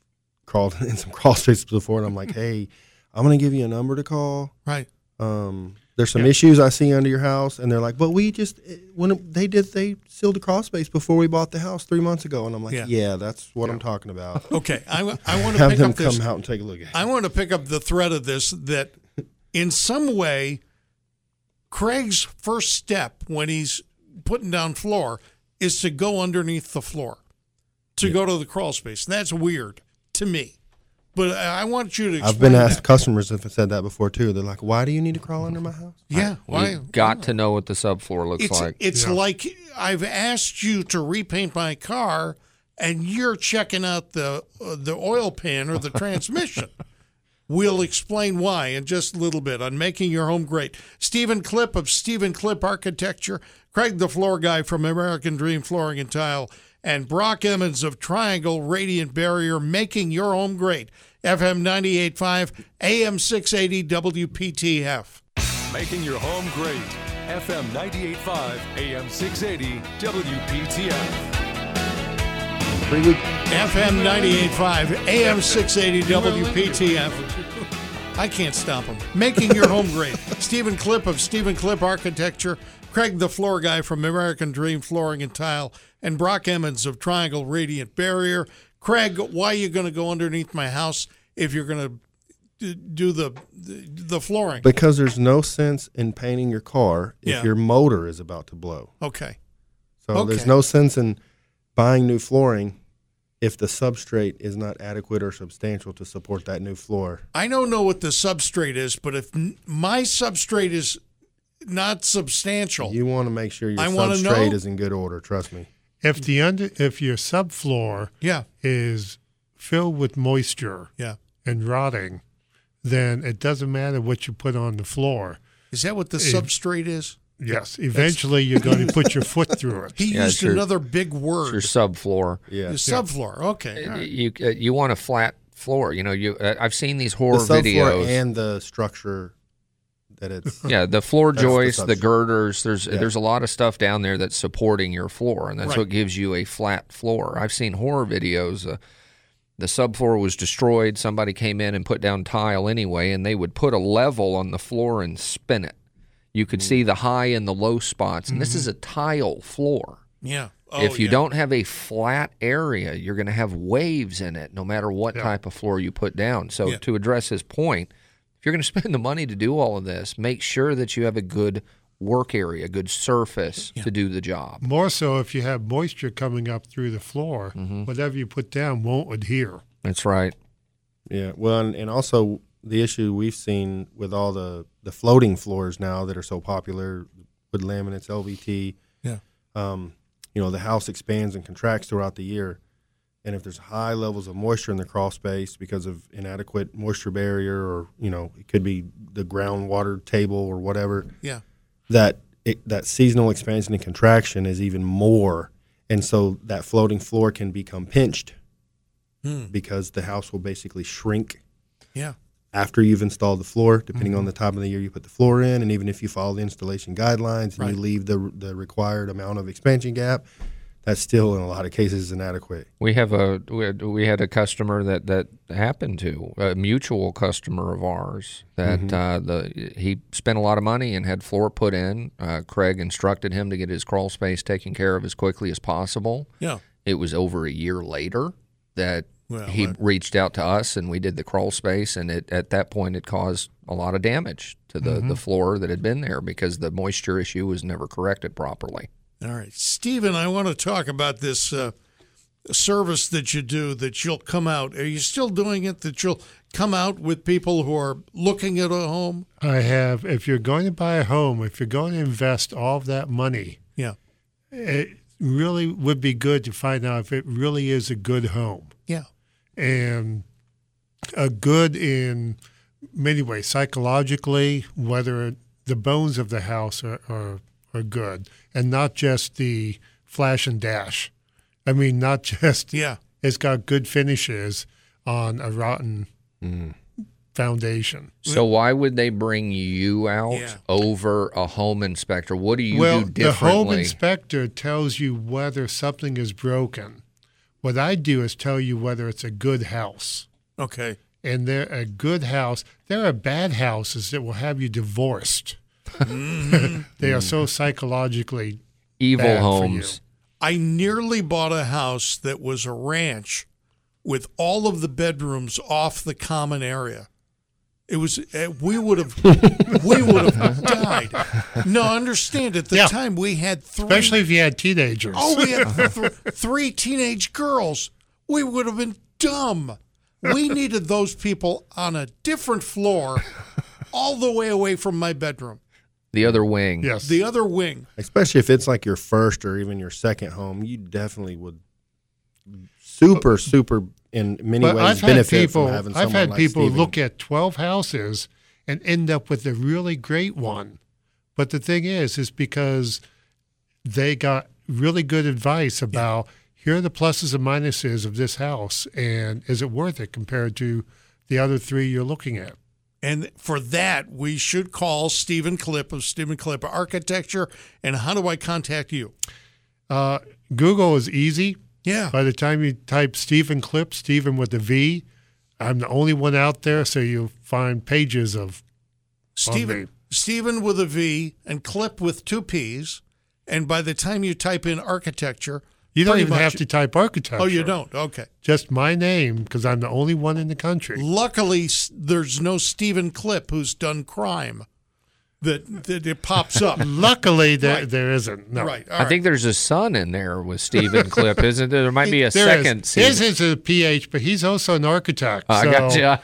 [SPEAKER 5] crawled in some crawl spaces before and I'm like, hey, I'm going to give you a number to call.
[SPEAKER 2] right.
[SPEAKER 5] Um, there's some issues I see under your house. And they're like, but we just, eh, when they did, they sealed the crawl space before we bought the house three months ago. And I'm like,
[SPEAKER 2] Yeah.
[SPEAKER 5] yeah, that's what I'm talking about.
[SPEAKER 2] Okay. I, I want to
[SPEAKER 5] Have
[SPEAKER 2] pick
[SPEAKER 5] them
[SPEAKER 2] up
[SPEAKER 5] come
[SPEAKER 2] this.
[SPEAKER 5] out and take a look at it.
[SPEAKER 2] I want to pick up the thread of this that in some way Craig's first step when he's putting down floor is to go underneath the floor to go to the crawl space. That's weird to me. But I I want you to explain
[SPEAKER 5] I've been asked
[SPEAKER 2] that.
[SPEAKER 5] customers if I said that before too. They're like, why do you need to crawl under my house?
[SPEAKER 2] Yeah, why
[SPEAKER 4] We've got to know what the subfloor looks
[SPEAKER 2] it's
[SPEAKER 4] like.
[SPEAKER 2] it's
[SPEAKER 3] Yeah.
[SPEAKER 2] like I've asked you to repaint my car, and you're checking out the uh, the oil pan or the transmission. We'll explain why in just a little bit on making your home great. Stephen Clip of Stephen Clip Architecture, Craig the Floor Guy from American Dream Flooring and Tile, and Brock Emmons of Triangle Radiant Barrier, making your home great. FM 98.5, AM 680, WPTF.
[SPEAKER 1] Making your home great. FM 98.5, AM 680, WPTF.
[SPEAKER 2] FM 98.5, AM 680, WPTF. I can't stop them. Making your home great. Stephen Clip of Stephen Clip Architecture, Craig the Floor Guy from American Dream Flooring and Tile, and Brock Emmons of Triangle Radiant Barrier. Craig, why are you going to go underneath my house if you're going to do the the flooring?
[SPEAKER 5] Because there's no sense in painting your car if
[SPEAKER 2] Yeah.
[SPEAKER 5] your motor is about to blow.
[SPEAKER 2] Okay.
[SPEAKER 5] So
[SPEAKER 2] Okay.
[SPEAKER 5] there's no sense in buying new flooring if the substrate is not adequate or substantial to support that new floor.
[SPEAKER 2] I don't know what the substrate is, but if n- my substrate is not substantial,
[SPEAKER 5] You want to make sure your
[SPEAKER 2] I wanna
[SPEAKER 5] substrate
[SPEAKER 2] know-
[SPEAKER 5] is in good order. Trust me.
[SPEAKER 3] If the under if your subfloor
[SPEAKER 2] yeah,
[SPEAKER 3] is filled with moisture
[SPEAKER 2] yeah.
[SPEAKER 3] and rotting, then it doesn't matter what you put on the floor.
[SPEAKER 2] Is that what the
[SPEAKER 3] If-
[SPEAKER 2] substrate is?
[SPEAKER 3] Yes, eventually you're going to put your foot through it.
[SPEAKER 2] He
[SPEAKER 4] Yeah,
[SPEAKER 2] used
[SPEAKER 4] it's your-
[SPEAKER 2] another big
[SPEAKER 4] It's
[SPEAKER 2] word.
[SPEAKER 4] your subfloor.
[SPEAKER 5] Yeah.
[SPEAKER 2] The subfloor. Okay. all right.
[SPEAKER 4] you uh, you want a flat floor. You know, you uh, I've seen these
[SPEAKER 5] The
[SPEAKER 4] horror
[SPEAKER 5] subfloor
[SPEAKER 4] videos.
[SPEAKER 5] and the structure that it's.
[SPEAKER 4] yeah, the floor
[SPEAKER 5] That's the
[SPEAKER 4] joists, the,
[SPEAKER 5] substrate.
[SPEAKER 4] girders. There's
[SPEAKER 5] Yeah.
[SPEAKER 4] there's a lot of stuff down there that's supporting your floor, and that's
[SPEAKER 2] Right.
[SPEAKER 4] what gives you a flat floor. I've seen horror videos. Uh, the subfloor was destroyed. Somebody came in and put down tile anyway, and they would put a level on the floor and spin it. You could
[SPEAKER 5] Mm.
[SPEAKER 4] see the high and the low spots, and this
[SPEAKER 5] Mm-hmm.
[SPEAKER 4] is a tile floor.
[SPEAKER 2] Yeah. Oh,
[SPEAKER 4] if you
[SPEAKER 2] yeah.
[SPEAKER 4] don't have a flat area, you're going to have waves in it no matter what type of floor you put down. So,
[SPEAKER 2] Yeah.
[SPEAKER 4] to address his point, if you're going to spend the money to do all of this, make sure that you have a good work area, a good surface to do the job.
[SPEAKER 3] More so if you have moisture coming up through the floor,
[SPEAKER 4] Mm-hmm.
[SPEAKER 3] whatever you put down won't adhere.
[SPEAKER 4] That's right.
[SPEAKER 5] Yeah. Well, and, and also the issue we've seen with all the, the floating floors now that are so popular with laminates, LVT.
[SPEAKER 2] Yeah.
[SPEAKER 5] Um, you know, the house expands and contracts throughout the year. And if there's high levels of moisture in the crawl space because of inadequate moisture barrier, or you know, it could be the groundwater table or whatever,
[SPEAKER 2] Yeah.
[SPEAKER 5] that it, that seasonal expansion and contraction is even more, and so that floating floor can become pinched because the house will basically shrink
[SPEAKER 2] Yeah.
[SPEAKER 5] after you've installed the floor, depending
[SPEAKER 3] Mm-hmm.
[SPEAKER 5] on the time of the year you put the floor in, and even if you follow the installation guidelines and
[SPEAKER 2] Right.
[SPEAKER 5] you leave the the required amount of expansion gap, that's still in a lot of cases inadequate.
[SPEAKER 4] We have a we had, we had a customer that that happened to a mutual customer of ours that
[SPEAKER 2] Mm-hmm.
[SPEAKER 4] uh, the he spent a lot of money and had floor put in. Uh, Craig instructed him to get his crawl space taken care of as quickly as possible.
[SPEAKER 2] Yeah.
[SPEAKER 4] It was over a year later that
[SPEAKER 2] Well,
[SPEAKER 4] he
[SPEAKER 2] that-
[SPEAKER 4] reached out to us and we did the crawl space and it at that point it caused a lot of damage to the,
[SPEAKER 3] Mm-hmm.
[SPEAKER 4] the floor that had been there because the moisture issue was never corrected properly.
[SPEAKER 2] All right, Stephen, I want to talk about this uh, service that you do. That you'll come out. Are you still doing it? That you'll come out with people who are looking at a home.
[SPEAKER 3] I have, if you're going to buy a home, if you're going to invest all of that money,
[SPEAKER 2] Yeah.
[SPEAKER 3] it really would be good to find out if it really is a good home
[SPEAKER 2] Yeah.
[SPEAKER 3] and a good in many ways psychologically, whether the bones of the house are, are, are good and not just the flash and dash. I mean, not just
[SPEAKER 2] Yeah.
[SPEAKER 3] it's got good finishes on a rotten foundation.
[SPEAKER 4] So why would they bring you out
[SPEAKER 2] Yeah.
[SPEAKER 4] over a home inspector? What do you
[SPEAKER 3] well,
[SPEAKER 4] do
[SPEAKER 3] the home
[SPEAKER 4] differently?
[SPEAKER 3] inspector tells you whether something is broken. What I do is tell you whether it's a good house.
[SPEAKER 2] Okay.
[SPEAKER 3] And they're a good house. There are bad houses that will have you divorced. they are so psychologically
[SPEAKER 4] Evil
[SPEAKER 3] bad
[SPEAKER 4] homes.
[SPEAKER 2] I nearly bought a house that was a ranch with all of the bedrooms off the common area. It was eh, we would have we would have died. No, understand at the
[SPEAKER 3] Yeah.
[SPEAKER 2] time we had three
[SPEAKER 3] for you, especially if you had teenagers.
[SPEAKER 2] Oh, we had th- three teenage girls. We would have been dumb. We needed those people on a different floor, all the way away from my bedroom,
[SPEAKER 4] The other wing.
[SPEAKER 3] yes.
[SPEAKER 2] the other wing.
[SPEAKER 5] Especially if it's like your first or even your second home, you definitely would super super in many
[SPEAKER 3] but
[SPEAKER 5] ways
[SPEAKER 3] I've had
[SPEAKER 5] benefit
[SPEAKER 3] people.
[SPEAKER 5] from having
[SPEAKER 3] I've
[SPEAKER 5] someone
[SPEAKER 3] had
[SPEAKER 5] like
[SPEAKER 3] people
[SPEAKER 5] Steven.
[SPEAKER 3] look at twelve houses and end up with a really great one. But the thing is, is because they got really good advice about here are the pluses and minuses of this house, and is it worth it compared to the other three you're looking at?
[SPEAKER 2] And for that, we should call Stephen Clip of Stephen Clip Architecture. And how do I contact you?
[SPEAKER 3] Uh, Google is easy.
[SPEAKER 2] Yeah.
[SPEAKER 3] By the time you type Stephen Clip, Stephen with a V, I'm the only one out there, so you'll find pages of
[SPEAKER 2] Stephen,
[SPEAKER 3] me.
[SPEAKER 2] Stephen with a V and Clip with two P's. And by the time you type in architecture,
[SPEAKER 3] You don't
[SPEAKER 2] pretty
[SPEAKER 3] even
[SPEAKER 2] much-
[SPEAKER 3] have to type architecture.
[SPEAKER 2] Oh, you don't? Okay.
[SPEAKER 3] Just my name because I'm the only one in the country.
[SPEAKER 2] Luckily, s- there's no Stephen Clip who's done crime that, that it pops up.
[SPEAKER 3] Luckily, there
[SPEAKER 2] Right.
[SPEAKER 3] there isn't. No.
[SPEAKER 2] Right. all
[SPEAKER 4] I think there's a son in there with Stephen Clip, isn't there? There might be a
[SPEAKER 3] There is.
[SPEAKER 4] second
[SPEAKER 3] His
[SPEAKER 4] season. Oh,
[SPEAKER 3] is a PH, but he's also an architect.
[SPEAKER 4] I
[SPEAKER 3] so
[SPEAKER 4] got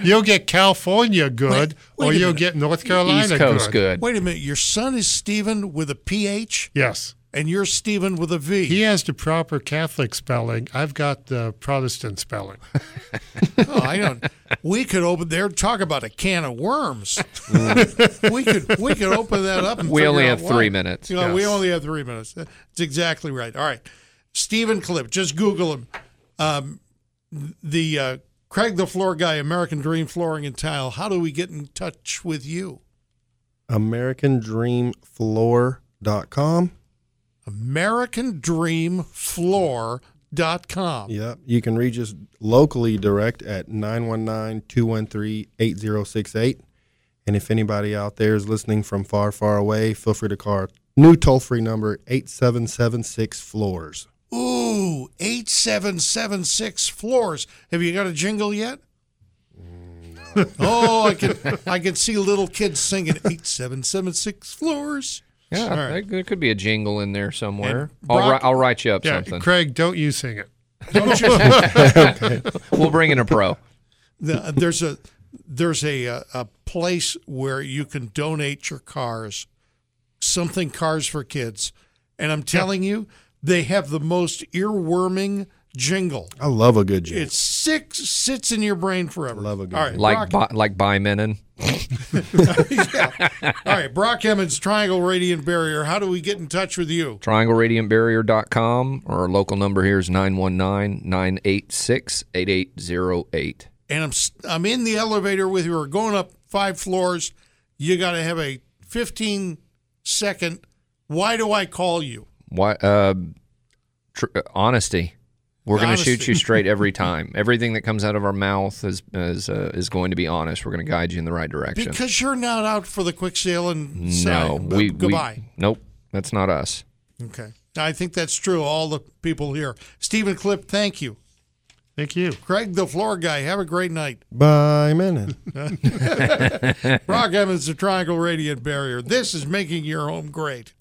[SPEAKER 4] you.
[SPEAKER 3] will get California good,
[SPEAKER 2] wait
[SPEAKER 3] or
[SPEAKER 2] a
[SPEAKER 3] you'll
[SPEAKER 2] minute.
[SPEAKER 3] get North Carolina
[SPEAKER 4] East Coast good.
[SPEAKER 2] Wait a minute. Your son is Stephen with a PH
[SPEAKER 3] Yes,
[SPEAKER 2] and you're Stephen with a V.
[SPEAKER 3] he has the proper Catholic spelling. I've got the Protestant spelling.
[SPEAKER 2] Oh, I don't. We could open there. Talk about a can of worms. we could we could open that up. And
[SPEAKER 4] Mm. We
[SPEAKER 2] figure
[SPEAKER 4] only
[SPEAKER 2] out
[SPEAKER 4] have
[SPEAKER 2] why.
[SPEAKER 4] three minutes,
[SPEAKER 2] You know, we
[SPEAKER 3] yes.
[SPEAKER 2] only have three minutes. That's exactly right. All right, Stephen Clip. Just Google him. Um, the uh, Craig the Floor Guy, American Dream Flooring and Tile. How do we get in touch with you?
[SPEAKER 5] AmericanDreamFloor.com.
[SPEAKER 2] AmericanDreamFloor.com.
[SPEAKER 5] Yep. You can reach us locally direct at 919 213 8068. And if anybody out there is listening from far, far away, feel free to call our new toll free number 8776 Floors.
[SPEAKER 2] Ooh, 8776 floors. Have you got a jingle yet? oh, I can I can see little kids singing 8776 floors.
[SPEAKER 4] Yeah,
[SPEAKER 2] All right.
[SPEAKER 4] there- there could be a jingle in there
[SPEAKER 2] And
[SPEAKER 4] somewhere. I'll,
[SPEAKER 2] Brock-
[SPEAKER 4] wri- I'll write you up
[SPEAKER 3] Yeah,
[SPEAKER 4] something.
[SPEAKER 3] Craig, don't you sing it?
[SPEAKER 2] Don't you?
[SPEAKER 4] We'll bring in a pro.
[SPEAKER 2] The- there's a there's a, a a place where you can donate your cars, something cars for kids, and I'm telling you, they have the most earworming jingle.
[SPEAKER 5] I love a good jingle.
[SPEAKER 2] It's six sits in your brain forever.
[SPEAKER 5] Love a good
[SPEAKER 2] All right,
[SPEAKER 4] Like
[SPEAKER 2] Brock-
[SPEAKER 4] Bi- like Bymenon.
[SPEAKER 2] All right, Brock Emmons, Triangle Radiant Barrier. How do we get in touch with you?
[SPEAKER 4] TriangleRadiantBarrier.com or our local number here is 919 986 8808.
[SPEAKER 2] and I'm s- I'm in the elevator with you. We're going up five floors. You got to have a 15 second. Why do I call you?
[SPEAKER 4] Why? Uh, tr- uh, honesty. We're going to shoot
[SPEAKER 2] Honesty.
[SPEAKER 4] you straight every time. Everything that comes out of our mouth is is uh, is going to be honest. We're going to guide you in the right direction.
[SPEAKER 2] Because you're not out for the quick sale and
[SPEAKER 4] no,
[SPEAKER 2] side.
[SPEAKER 4] we, we-
[SPEAKER 2] goodbye.
[SPEAKER 4] nope, that's not us.
[SPEAKER 2] okay, I think that's true. All the people here, Stephen Clip, thank you.
[SPEAKER 3] Thank you.
[SPEAKER 2] Craig, the floor guy, have a great night.
[SPEAKER 5] Bye, man.
[SPEAKER 2] Rock Evans, the Triangle Radiant Barrier. This is making your home great.